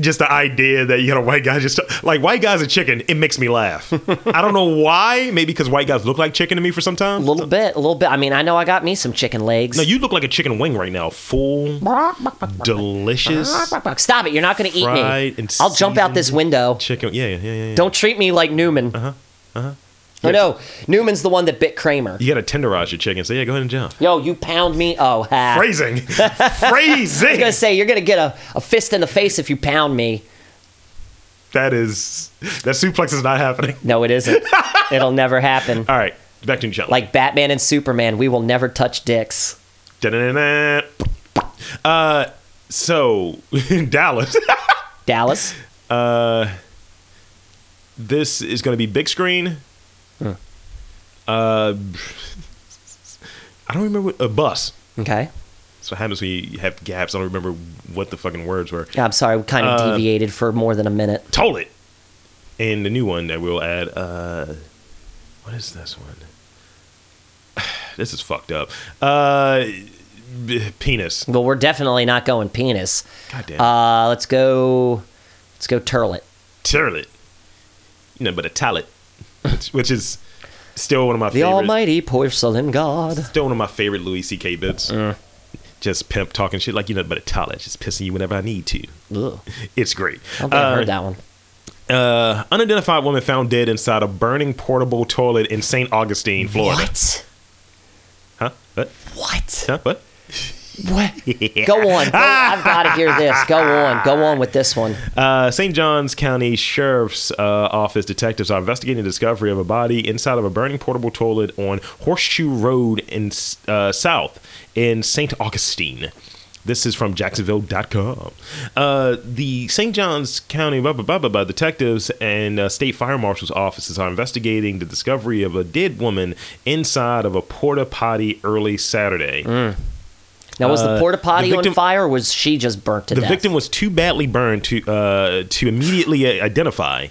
just the idea that you got a white guy just like white guys are chicken. It makes me laugh. I don't know why. Maybe because white guys look like chicken to me for some A time. little bit, a little bit. I mean, I know I got me some chicken legs. No, you look like a chicken wing right now. Full, delicious Stop it. You're not going to eat me. fried and I'll jump out this seasoned window. chicken. Uh-huh. Yeah, yeah, yeah, yeah. yeah. Don't treat me like Newman. Uh huh. Uh huh. Oh, no. Newman's the one that bit Kramer. you gotta tenderize your chicken. So yeah, go ahead and jump. Yo, you pound me. Oh, ha. Phrasing, [laughs] I was going phrasing. to say, you're going to get a, a fist in the face if you pound me. That is that suplex is not happening. No, it [laughs] isn't. It'll never happen. All right, back to Nutella. Like Batman and Superman, we will never touch dicks. Da-da-da-da. Uh, so [laughs] Dallas. [laughs] Dallas? this is going to be big screen. Uh, [laughs] I don't remember what, a bus. Okay. So what happens when you have gaps. I don't remember what the fucking words were. I'm sorry, we kind of Uh, deviated for more than a minute. Toilet. And the new one that we'll add. Uh, what is this one? [sighs] this is fucked up. Uh, b- penis. Well, we're definitely not going penis. God damn. Uh, let's go. Let's go turlet. Turlet. You know, but a talent, [laughs] which, which is still one of my The favorite. Almighty Porcelain God. Still one of my favorite Louis C.K. bits. Uh. Just pimp talking shit like you know, but a talent just pissing you whenever I need to. Ugh. It's great. I don't think I Uh, heard that one. uh, unidentified woman found dead inside a burning portable toilet in St. Augustine, Florida. What? Huh? What? What? Huh? What? What? Go [laughs] on. Go, I've got to hear this. Go on. Go on with this one. Uh, St. John's County Sheriff's uh, Office detectives are investigating the discovery of a body inside of a burning portable toilet on Horseshoe Road in uh, South in St. Augustine. This is from Jacksonville.com. Uh, the St. John's County blah, blah, blah, blah, blah, detectives and uh, state fire marshal's offices are investigating the discovery of a dead woman inside of a porta potty early Saturday. Now, was the Uh, porta the potty on victim- fire, or was she just burnt to the death? victim was too badly burned to uh, to immediately i- identify.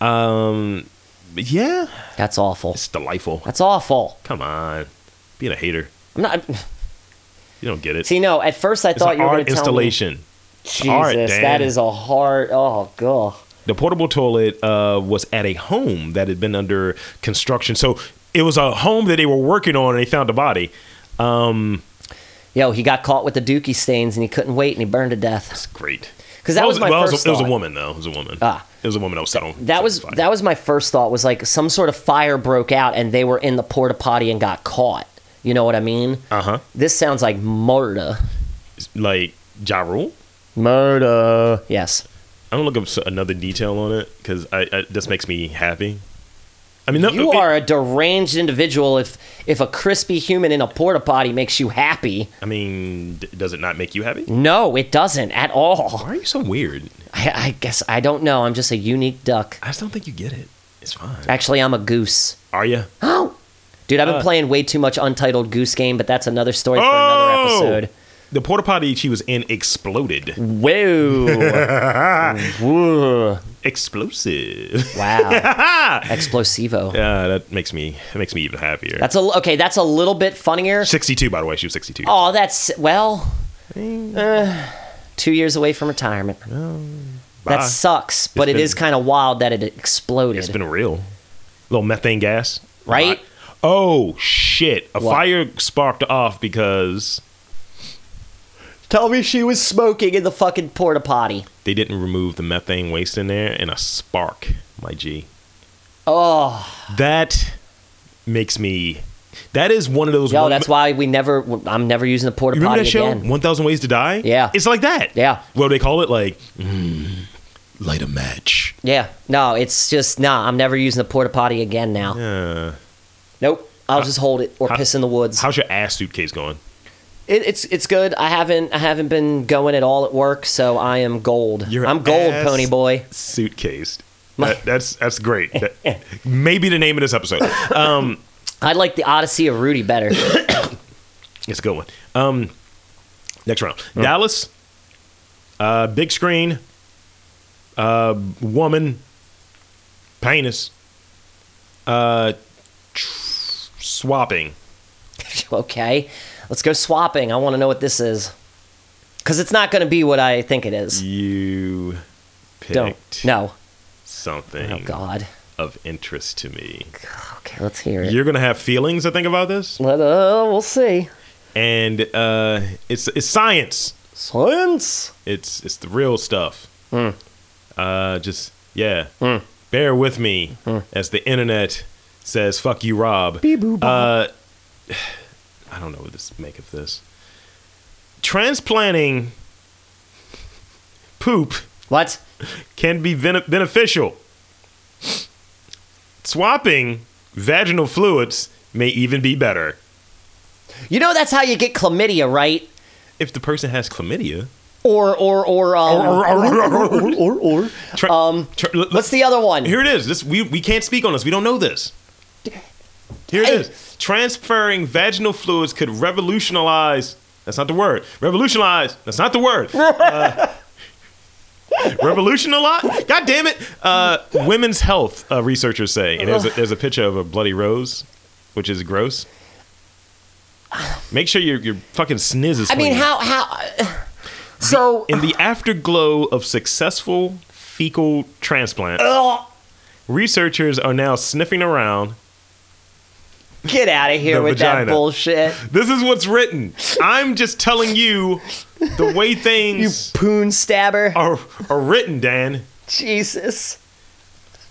Um, but yeah, That's awful. it's delightful. That's awful. Come on, being a hater, I'm not. you don't get it. See, no. At first, I it's thought an you were going art to tell me. installation. Jesus, art, Dan. that is a hard. Oh god. The portable toilet uh, was at a home that had been under construction, so it was a home that they were working on, and they found the body. Yo, he got caught with the dookie stains, and he couldn't wait, and he burned to death. It's great. 'Cause that Well, was it my well, it first It was a thought. woman, though. It was a woman. Ah. it was a woman that was set on. That was fire. that was my first thought. Was like some sort of fire broke out, and they were in the porta potty and got caught. You know what I mean? Uh-huh. This sounds like murder. like Ja Rule. Murder. Yes. I'm gonna look up s- another detail on it because I, I this makes me happy. I mean, no, You it- are a deranged individual if if a crispy human in a porta potty makes you happy. I mean, d- does it not make you happy? No, it doesn't at all. Why are you so weird? I, I guess I don't know. I'm just a unique duck. I just don't think you get it. It's fine. Actually, I'm a goose. Are you? Oh, dude, I've been Uh, playing way too much Untitled Goose Game, but that's another story for Oh! another episode. The porta potty she was in exploded. Whoa! Whoa. Explosive. [laughs] Wow! ah, Explosivo. that makes me that makes me even happier. That's a okay. That's a little bit funnier. 62, by the way. She was 62. Oh, that's well, uh, two years away from retirement. Bye. That sucks, but It's it been- is kind of wild that it exploded. It's been real. Little methane gas. Right? Oh shit! A What? fire sparked off because Tell me she was smoking in the fucking porta potty. they didn't remove the methane waste in there and a spark, my G. Oh, That makes me. That is one of those. yo, one- that's why we never. I'm never using the porta You remember potty that show, again. One Thousand Ways to Die? Yeah. it's like that. Yeah. What do they call it? Like, mm, light a match. Yeah, no, it's just nah. I'm never using the porta potty again now. Uh, Nope. I'll just hold it or how- piss in the woods. how's your ass suitcase going? It, it's it's good. I haven't I haven't been going at all at work, so I am gold. Your I'm gold, ass- pony boy. Suitcase. My- That, that's that's great. [laughs] That- maybe the name of this episode. Um, I like the Odyssey of Rudy better. It's a good one. Um, next round, Dallas. Uh, big screen. Uh, woman. Penis. Uh, tr- swapping. [laughs] okay, let's go swapping. I want to know what this is. Because it's not going to be what I think it is. You picked Don't. No. something Oh, God. of interest to me. Okay, let's hear it. You're gonna have feelings, I think, about this, Let, uh, we'll see. and uh, it's it's science. Science. It's it's the real stuff. Uh, just yeah. Bear with me as the internet says, "Fuck you, Rob." Uh, I don't know what this make of this. Transplanting poop What? can be ven- beneficial. Swapping vaginal fluids may even be better You know that's how you get chlamydia, right? if the person has chlamydia. Or or or um. Tra- Or, or. um, tra- let- What's the other one? Here it is. This we we can't speak on this. We don't know this. Here it Hey. is. Transferring vaginal fluids could revolutionize. That's not the word. Revolutionize. That's not the word. Uh, [laughs] revolutionize. God damn it. Uh, women's health uh, researchers say, and there's a, there's a picture of a bloody rose, which is gross. Make sure your your fucking sniz is. I mean, clean. how how? So In the afterglow of successful fecal transplant, Ugh, researchers are now sniffing around. get out of here The with vagina. that bullshit. This is what's written. I'm just telling you the [laughs] way You things poon stabber. are are written, Dan. Jesus.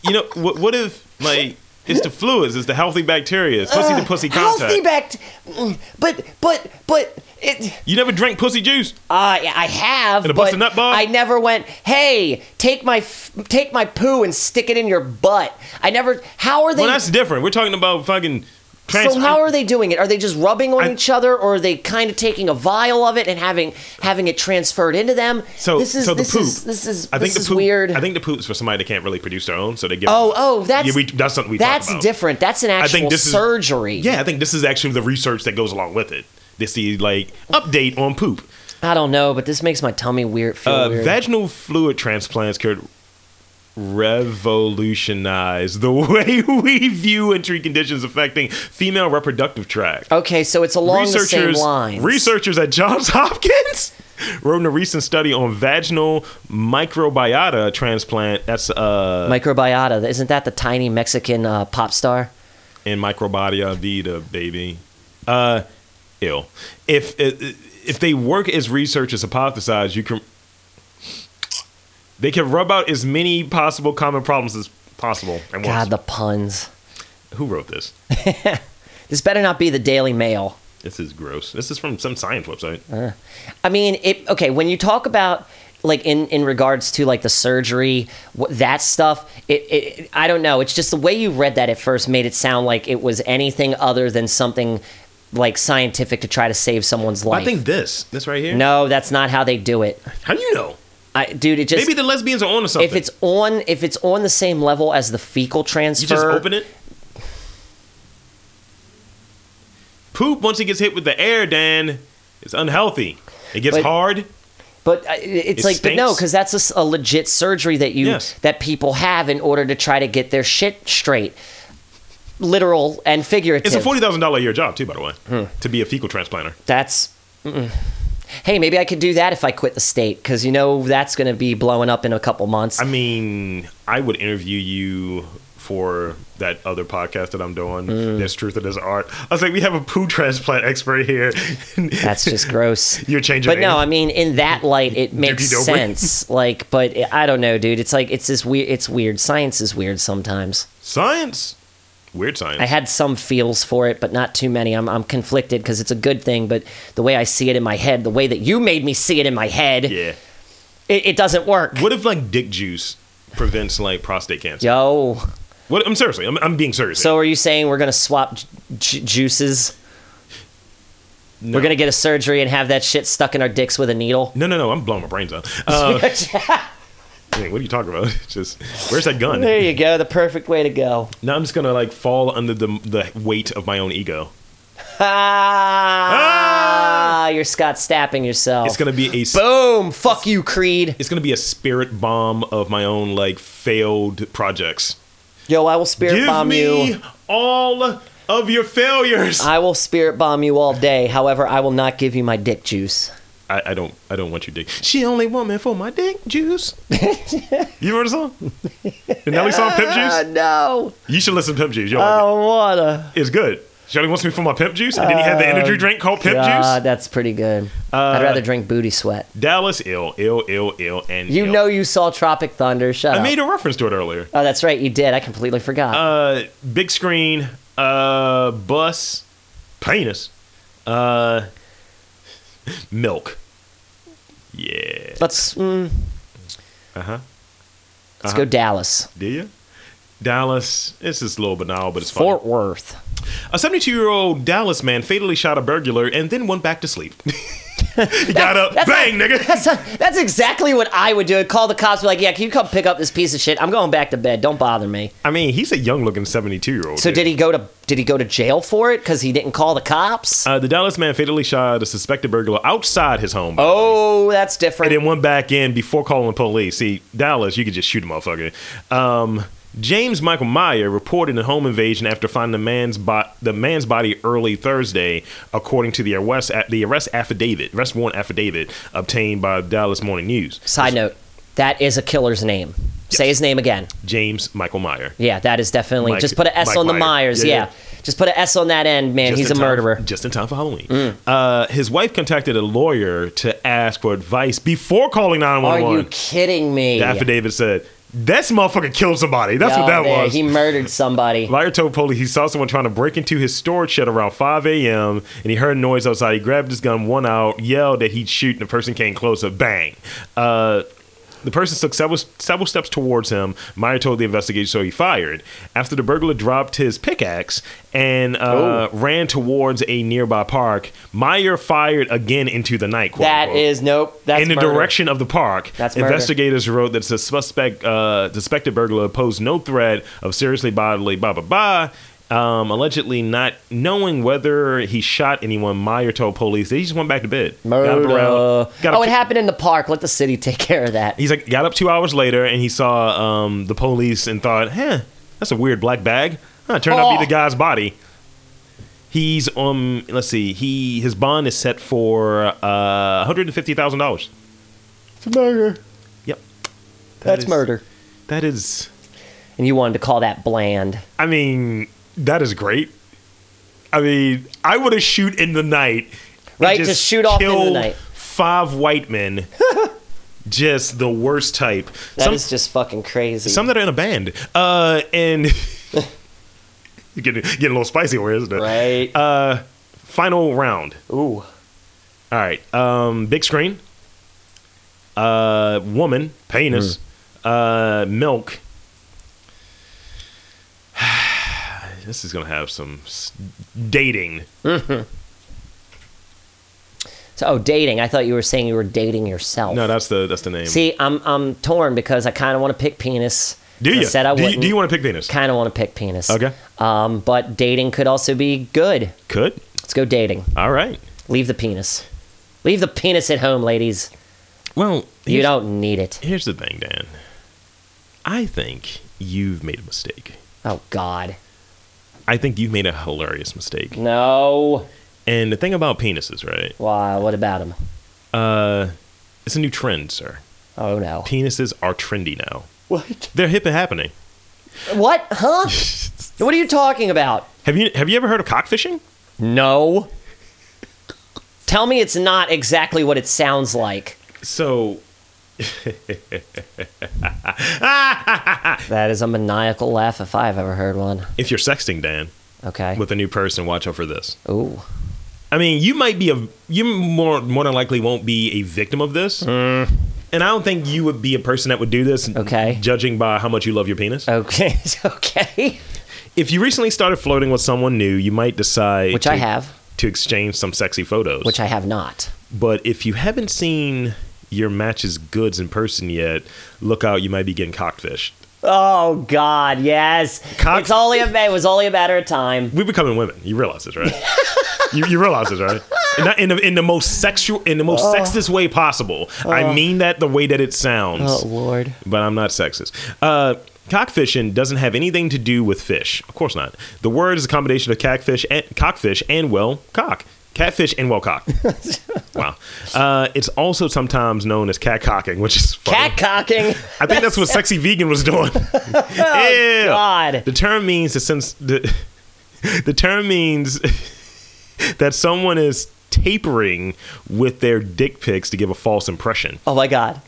You know what? What if like it's the fluids, it's the healthy bacteria, it's pussy to pussy Uh, Healthy contact. back. But but but it. You never drank pussy juice. Uh, yeah, I have, In a but busted nut bar? I never went. Hey, take my f- take my poo and stick it in your butt. I never. How are they? Well, that's different. We're talking about fucking. Trans- so how are they doing it? Are they just rubbing on I- each other, or are they kind of taking a vial of it and having having it transferred into them? So- this is so the this is poop. this is I this think the is poop, weird. I think the poop's for somebody that can't really produce their own, so they give. oh oh that's yeah, we, that's something we talked that's about. different. That's an actual think this is- surgery. Yeah, I think this is actually the research that goes along with it. This is like update on poop. I don't know, but this makes my tummy weird. Feel Uh, weird. vaginal fluid transplants could revolutionize the [laughs] way we view entry conditions affecting female reproductive tract. okay, so it's along the same lines. researchers at Johns [laughs] Hopkins wrote in a recent study on vaginal microbiota transplant. That's uh, Microbiota isn't that the tiny Mexican uh, pop star? in microbiota vita, baby. Uh, ill. If uh, if they work as researchers hypothesize, you can they can rub out as many possible common problems as possible. And God, the puns. who wrote this? This better not be the Daily Mail. Uh, This is gross. This is from some science website. I mean, it okay when you talk about like in in regards to like the surgery wh- that stuff it, it i don't know it's just the way you read that at first made it sound like it was anything other than something like scientific to try to save someone's life I think this, this right here. no that's not how they do it How do you know? i dude it just Maybe the lesbians are on to something. if it's on if it's on the same level as the fecal transfer you just open it. Poop once it gets hit with the air, Dan, it's unhealthy. It gets But- hard. But uh, it's It like, but no, stinks. because that's a s- a, legit surgery that you Yes. that people have in order to try to get their shit straight, literal and figurative. It's a forty thousand dollar a year job too, by the way, Hmm. to be a fecal transplanter. That's. mm-mm. Hey, maybe I could do that if I quit the state, because you know that's going to be blowing up in a couple months. I [laughs] mean, I would interview you for that other podcast that I'm doing. Hmm. There's truth and there's art. I was like, we have a poo transplant expert here. [laughs] that's just gross. You're changing. But your no, I name. mean, in that light, it makes Dookie-dokie. sense. Like, but it- I don't know, dude. It's like it's this weird. It's weird. Science is weird sometimes. science. Weird science. I had some feels for it, but not too many. I'm, I'm conflicted because it's a good thing, but the way I see it in my head, the way that you made me see it in my head, yeah. it, it doesn't work. What if like dick juice prevents like prostate cancer? Yo. What? I'm seriously. I'm, I'm being serious. So are you saying we're going to swap ju- ju- juices? We're going to get a surgery and have that shit stuck in our dicks with a needle? no, no, no. I'm blowing my [laughs] brains out. Uh, I mean, what are you talking about? [laughs] Just where's that gun? there you go. The perfect way to go. Now I'm just gonna like fall under the the weight of my own ego. Ah, You're Scott stapping yourself. It's gonna be a Boom. Fuck you, Creed. it's gonna be a spirit bomb of my own like failed projects. Yo, I will spirit Give bomb me you. all of your failures. I, I will spirit bomb you all day. However, I will not give you my dick juice. I, don't I don't want your dick. She only want me for my dick [laughs] juice. you remember the song? The Nelly song Pimp Ah, Juice? no. You should listen to Pimp Juice. You'll I like don't wanna. it. It's good. She only wants me for my pimp juice, and then he had the energy drink called pimp Oh, God, juice. Uh, that's pretty good. I'd rather drink booty sweat. Dallas, ill, ill, ill, ill, and You ill. know you saw Tropic Thunder. Shut I up. made a reference to it earlier. oh, that's right. You did. I completely forgot. Uh, big screen, uh, bus, penis, uh, milk. Yeah. Let's mm, Uh Uh-huh. huh. let's uh-huh. go Dallas, Do you? Dallas. It's just a little banal, but it's funny. Fort Worth. A 72 year old Dallas man fatally shot a burglar and then went back to sleep. [laughs] he got up, bang, nigga. That's that's exactly what I would do. I'd call the cops. Be like, yeah, can you come pick up this piece of shit? I'm going back to bed. Don't bother me. I mean, he's a young looking 72 year old. So did he go to did he go to jail for it because he didn't call the cops? Uh, the Dallas man fatally shot a suspected burglar outside his home. oh, that's and different. then went back in before calling the police. See, Dallas, you could just shoot a motherfucker. Um, James Michael Meyer reported a home invasion after finding the man's bo- the man's body early Thursday, according to the arrest the arrest affidavit, arrest warrant affidavit obtained by Dallas Morning News. Side note, that is a killer's name. Say his name again. James Michael Meyer. Yeah, that is definitely Mike- just put an S Mike on the Meyer. Myers. Yeah, Yeah, yeah. just put an S on that end, man. Just He's a in time- murderer. Mm. just in time for Halloween. Uh, his wife contacted a lawyer to ask for advice before calling Are you 911. kidding me? The affidavit said, "This motherfucker killed somebody." That's Oh, what that man, was. He murdered [laughs] somebody. Meyer told police he saw someone trying to break into his storage shed around 5 a.m. and he heard a noise outside. He grabbed his gun, one out, yelled that he'd shoot, and the person came closer. Bang. Uh, the person took several, several steps towards him. Meyer told the investigator, so he fired. After the burglar dropped his pickaxe and uh, ran towards a nearby park, Meyer fired again into the night. quote, That unquote is nope. That's in the murder. direction of the park. That's murder. investigators wrote that the suspect, uh, suspected burglar, posed no threat of seriously bodily blah blah blah. Um, allegedly, not knowing whether he shot anyone, Meyer told police that he just went back to bed. Murder. Got up around. Got up oh, it two- happened in the park. Let the city take care of that. He's like, got up two hours later, and he saw um, the police and thought, "Huh, that's a weird black bag." Huh, turned out to be Oh. the guy's body. He's um, let's see, he his bond is set for uh, one hundred and fifty thousand dollars. It's a murder. Yep. That That's is- murder. That is, And you wanted to call that bland. I mean, that is great. I mean, I would have shoot in the night, and Right, just shoot off in the kill night. Five [laughs] white men, just the worst type. That is some, just fucking crazy. some that are in a band, uh, and [laughs] [laughs] you're getting getting a little spicy over here, isn't it? right? Uh, final round. Ooh. All right. Um, big screen. Uh, woman, penis, Mm. uh, milk. [sighs] this is gonna have some s- dating. So, oh, dating. I thought you were saying you were dating yourself. No, that's the that's the name. Oh. See, I'm I'm torn because I kind of want to pick penis. do you? I said I do, wouldn't. you do you want to pick penis? kind of want to pick penis. Okay. Um, but dating could also be good. Could. Let's go dating. All right. Leave the penis. Leave the penis at home, ladies. Well, You here's- don't need it. Here's the thing, Dan. I think you've made a mistake. Oh God. I think you've made a hilarious mistake. No. And the thing about penises, right? Why? What about him? Uh, it's a new trend, sir. Oh no. Penises are trendy now. What? [laughs] They're hip and happening. What? Huh? [laughs] what are you talking about? Have you have you ever heard of cockfishing? No. Tell me it's not exactly what it sounds like. So That is a maniacal laugh if I've ever heard one. if you're sexting Dan Okay. with a new person, watch out for this. Ooh. I mean, you might be a you more more than likely won't be a victim of this. And I don't think you would be a person that would do this. Okay. Oh. Judging by how much you love your penis. Okay. [laughs] okay. If you recently started flirting with someone new, you might decide Which to, I have. to exchange some sexy photos. Which I have not. But if you haven't seen your match's goods in person yet, look out, you might be getting cockfished. Oh God, yes. Cock- it's only a it was only a matter of time. We're becoming women. You realize [laughs] this, right? you, you realize this, right? And not in the in the most sexual, in the most Oh. sexist way possible. I mean that the way that it sounds, Oh Lord. but I'm not sexist. Uh, Cockfishing doesn't have anything to do with fish. Of course not. The word is a combination of catfish and cockfish and well cock. Catfish and [laughs] well cock. wow. Uh, it's also sometimes known as cat cocking, which is funny. Cat cocking. [laughs] I think that's what sexy vegan [laughs] was doing. Ew. Oh, God. The term means that since the [laughs] the term means [laughs] that someone is tapering with their dick pics to give a false impression. Oh my God.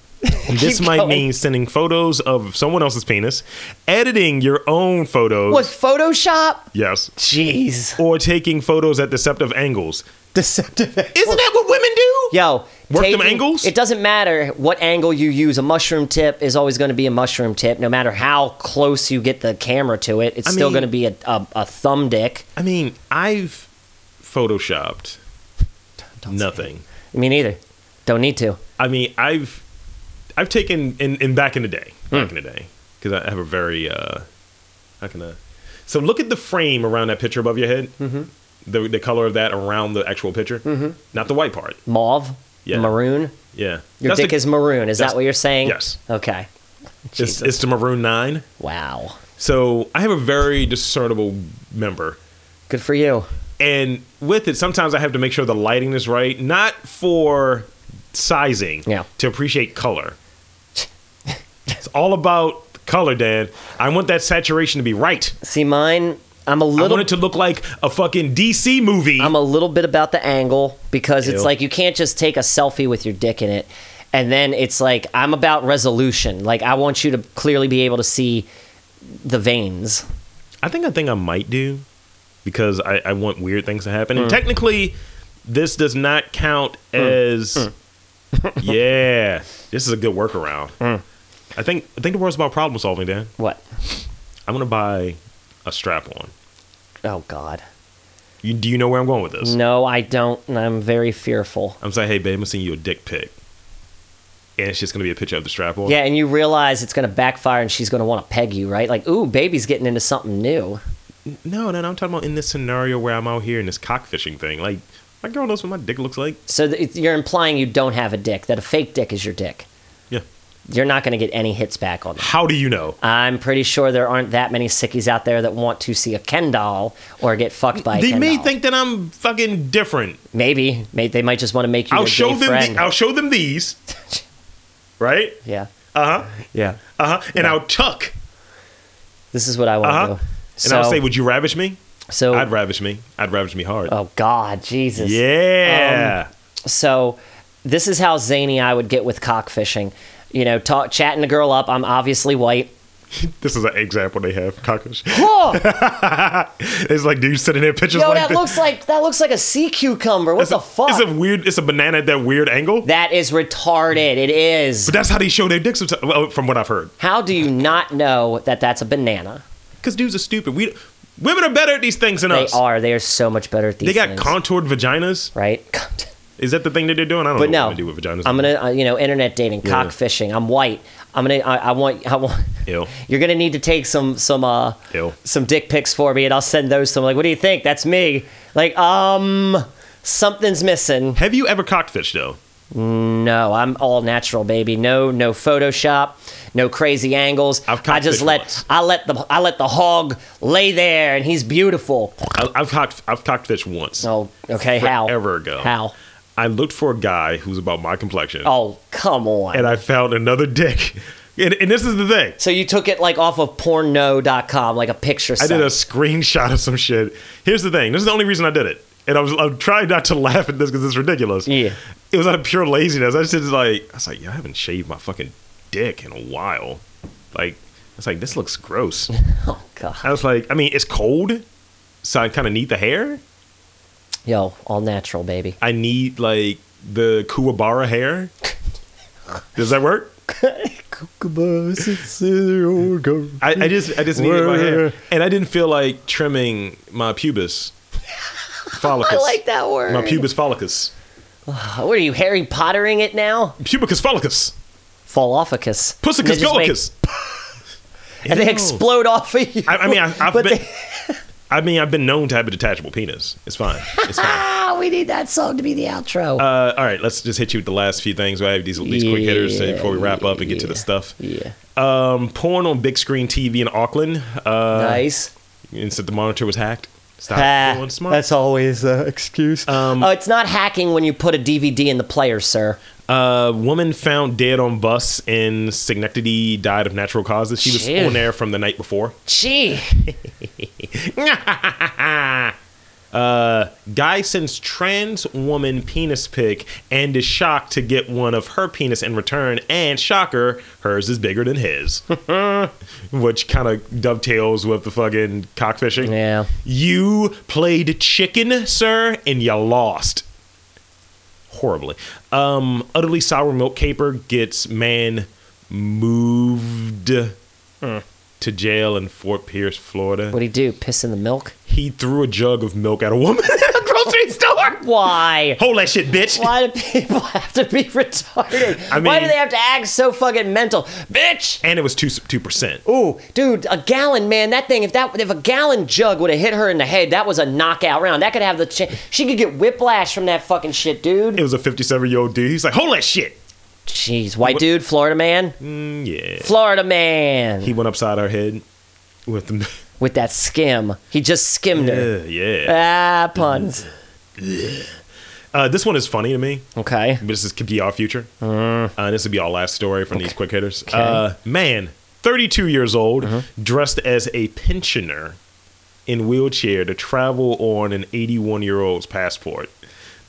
This Keep might going. mean sending photos of someone else's penis, editing your own photos. What Photoshop? Yes. Jeez. Or taking photos at deceptive angles. Deceptive. Isn't that what women do? Yo, Work them angles? It doesn't matter what angle you use. A mushroom tip is always going to be a mushroom tip, no matter how close you get the camera to it. It's I still mean- going to be a, a, a thumb dick. I mean, I've photoshopped nothing. Me neither. Don't need to. I mean, I've I've taken in, in back in the day, back Hmm. in the day, because I have a very uh, how can I? So look at the frame around that picture above your head. Mm-hmm. The the color of that around the actual picture, mm-hmm. not the white part. Mauve, Yeah. maroon. Yeah, Your That's dick the- is maroon. Is that's- that what you're saying? yes. Okay. it's, it's the maroon nine. Wow. So I have a very discernible member, Good for you. and with it, sometimes I have to make sure the lighting is right, not for sizing, Yeah. to appreciate color. it's all about color, Dan. I want that saturation to be right. See mine. I'm a I little. want it to look like a fucking DC movie. I'm a little bit about the angle because it's Ew. like you can't just take a selfie with your dick in it. And then it's like I'm about resolution. Like I want you to clearly be able to see the veins. I think I think I might do because I, I want weird things to happen. Hmm. And technically, this does not count as. Hmm. [laughs] yeah, this is a good workaround. I think I think the word's about problem solving, Dan. What? I'm gonna buy a strap on. Oh God. You, do you know where I'm going with this? No, I don't, and I'm very fearful. I'm saying, hey babe, I'm gonna send you a dick pic, and it's just gonna be a picture of the strap on. Yeah, and you realize it's gonna backfire, and she's gonna want to peg you, right? Like, ooh, baby's getting into something new. No, no, no. I'm talking about in this scenario where I'm out here in this cockfishing thing. Like my girl knows what my dick looks like. So th- it- you're implying you don't have a dick, that a fake dick is your dick. Yeah. You're not gonna get any hits back on that. How do you know? I'm pretty sure there aren't that many sickies out there that want to see a Ken doll or get fucked by a They Ken may doll. think that I'm fucking different. Maybe. May, they might just want to make you I'll their show gay them. friend. The, I'll show them [laughs] these. Right. yeah. Uh huh. Yeah. Uh huh. And I'll tuck. This is what I want to Uh-huh. do. And And so, I'll say, "Would you ravish me? so, I'd ravish me. I'd ravish me hard. Oh, Um, God. Jesus. yeah. So this is how zany I would get with cockfishing. You know, talk, chatting a girl up. I'm obviously white. [laughs] this is an example they have. Cockfish. Oh, [laughs] it's like dude sitting there pictures yo, like that this. looks like that looks like a sea cucumber. What It's the a- fuck? It's a weird. It's a banana at that weird angle. that is retarded. It is. But that's how they show their dicks sometimes, well, from what I've heard. How do you not know that that's a banana? Because dudes are stupid. We women are better at these things than They us. are. They are so much better at these. They got things, contoured vaginas. [laughs] right. Is that the thing that they're doing? I don't But know no, what to do with vaginas. I'm gonna, uh, you know, internet dating, Yeah. cockfishing. I'm white. I'm gonna. I, I want. I want. Ew. [laughs] You're gonna need to take some some uh Ew. some dick pics for me, and I'll send those. to them. like, what do you think? That's me. Like, um, something's missing. Have you ever cockfished though? No, I'm all natural, baby. No, no Photoshop, no crazy angles. I've I just cockfished let once. I let the I let the hog lay there, and he's beautiful. I, I've cocked. I've cockfished once. Oh, okay. how? Forever ago. How? I looked for a guy who's about my complexion, Oh, come on. and I found another dick. [laughs] And, and this is the thing. so you took it like off of porno.com, like a picture. I site. did a screenshot of some shit. Here's the thing. This is the only reason I did it. And I was I'm trying not to [laughs] laugh at this because it's ridiculous. Yeah. It was out of pure laziness. I just was like I was like, yeah, I haven't shaved my fucking dick in a while. Like it's like this looks [laughs] gross. Oh god. I was like, I mean, it's cold, so I kind of need the hair. Yo, all natural, baby. [laughs] I need like the Kuwabara hair. Does that work? I, I just I just needed [laughs] my hair, and I didn't feel like trimming my pubis follicles. I like that word. My pubis follicus. What are you, Harry Pottering it now? Pubicus follicus. Fallopicus. Pussicus They just make- golicus. and they Ew. explode off of you. I, I mean, I, I've but been. they- I mean, I've been known to have a detachable penis. It's fine. [laughs] It's [laughs] fine. ah, we need that song to be the outro. Uh, all right, let's just hit you with the last few things. I have these these quick hitters uh, before we wrap up and get to the stuff. yeah. Uh, Um, porn on big screen TV in Auckland. Uh, nice. And said the monitor was hacked. Stop Ah, doing smart. that's always the excuse. Um, mm. oh, it's not hacking when you put a DVD in the player, sir. Uh, woman found dead on bus in Schenectady died of natural causes. She was Shit. on there from the night before. Gee. Uh, guy sends trans woman penis pic and is shocked to get one of her penis in return. And shocker, hers is bigger than his, [laughs] which kind of dovetails with the fucking cockfishing. Yeah. You played chicken, sir, and you lost. Horribly. Um, utterly sour milk caper gets man moved to jail in Fort Pierce, Florida. What'd he do? Piss in the milk? He threw a jug of milk at a woman [laughs] at a grocery store. [laughs] Why? Hold that shit, bitch. Why do people [laughs] have to be retarded? I Why do mean- they have to act so fucking mental? Bitch! And it was two two percent. Ooh, dude, a gallon, man, that thing, if that if a gallon jug would have hit her in the head, that was a knockout round. That could have the chance. She could get whiplash from that fucking shit, It dude. was a fifty-seven year old dude. He's like, hold that shit. Jeez, white dude, Florida man? Mm, yeah. Florida man. He went upside her head with [laughs] the. With that skim. He just skimmed her. Yeah, yeah. Mm. Ah, puns. Uh, this one is funny to me. Okay. This is, could be our future. Uh, this would be our last story from these quick hitters. Uh, man, 32 years old, dressed as a pensioner in wheelchair to travel on an 81 year old's passport.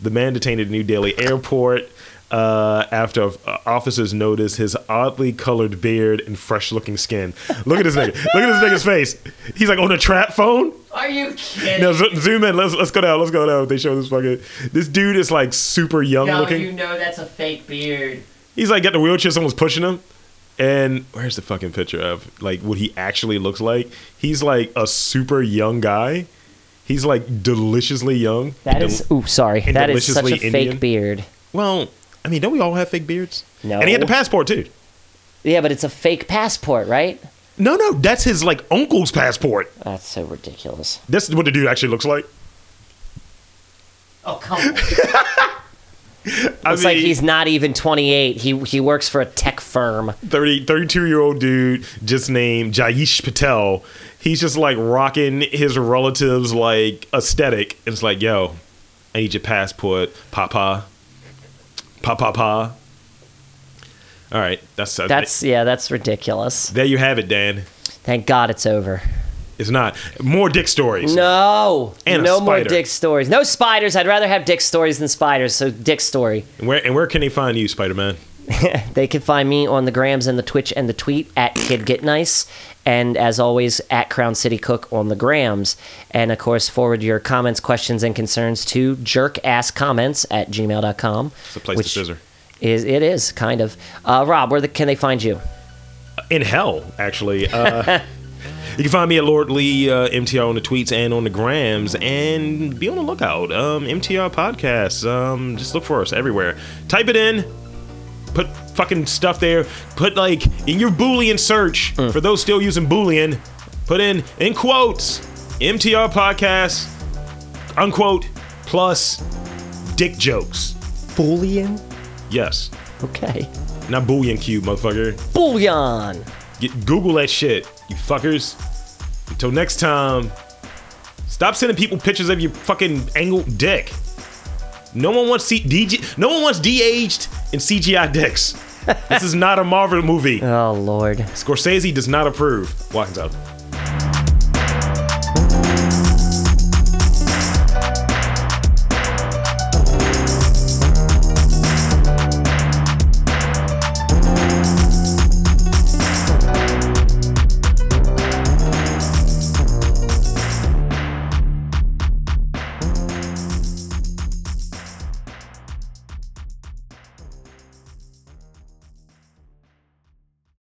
The man detained at New Delhi airport uh, after uh, officers noticed his oddly colored beard and fresh looking skin. Look at this nigga. Look at this nigga's face. He's like on a trap phone. Are you kidding? Now zo- zoom in. Let's let's go down. Let's go down. They show this fucking. This dude is like super young looking. know that's a fake beard. He's like got the wheelchair, someone's pushing him. And where's the fucking picture of like what he actually looks like? He's like a super young guy. He's like deliciously young. That is, ooh, sorry. and That is such a deliciously Indian. fake beard. well, I mean, don't we all have fake beards? No. And he had the passport too. Yeah, but it's a fake passport, right? No, no, that's his like uncle's passport. That's so ridiculous. That's what the dude actually looks like. Oh, come on. I It's like he's not even 28. He he works for a tech firm. 30, 32 year old dude just named Jayesh Patel. He's just like rocking his relatives like aesthetic. And it's like, yo, I need your passport, papa, pa pa pa. All right, that's uh, That's yeah, that's ridiculous. there. You have it, Dan. Thank God it's over. It's not more dick stories. No, And a no more spider. dick stories. No spiders. I'd rather have dick stories than spiders. So dick story. And where and where can they find you, Spider Man? They can find me on the grams and the Twitch and the tweet at Kid Get Nice, and as always at Crown City Cook on the grams. And of course, forward your comments, questions, and concerns to jerkasscomments at gmail.com. It's The place to scissor. Is it is kind of uh, Rob? Where the, can they find you? in hell, actually. Uh, you can find me at Lord Lee uh, MTR on the tweets and on the grams, and be on the lookout. Um, MTR podcast. Um, just look for us everywhere. Type it in. Put fucking stuff there. Put like in your Boolean search for those still using Boolean. Put in in quotes MTR podcast unquote plus dick jokes. Bullion. Yes, Okay. not Boolean cube, motherfucker. Bullion. Get, Google that shit, you fuckers. Until next time, stop sending people pictures of your fucking angled dick. No one wants C- DG- No one wants de-aged and CGI dicks. this is not a Marvel movie. Oh Lord. Scorsese does not approve. Watkins out.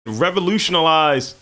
Revolutionize.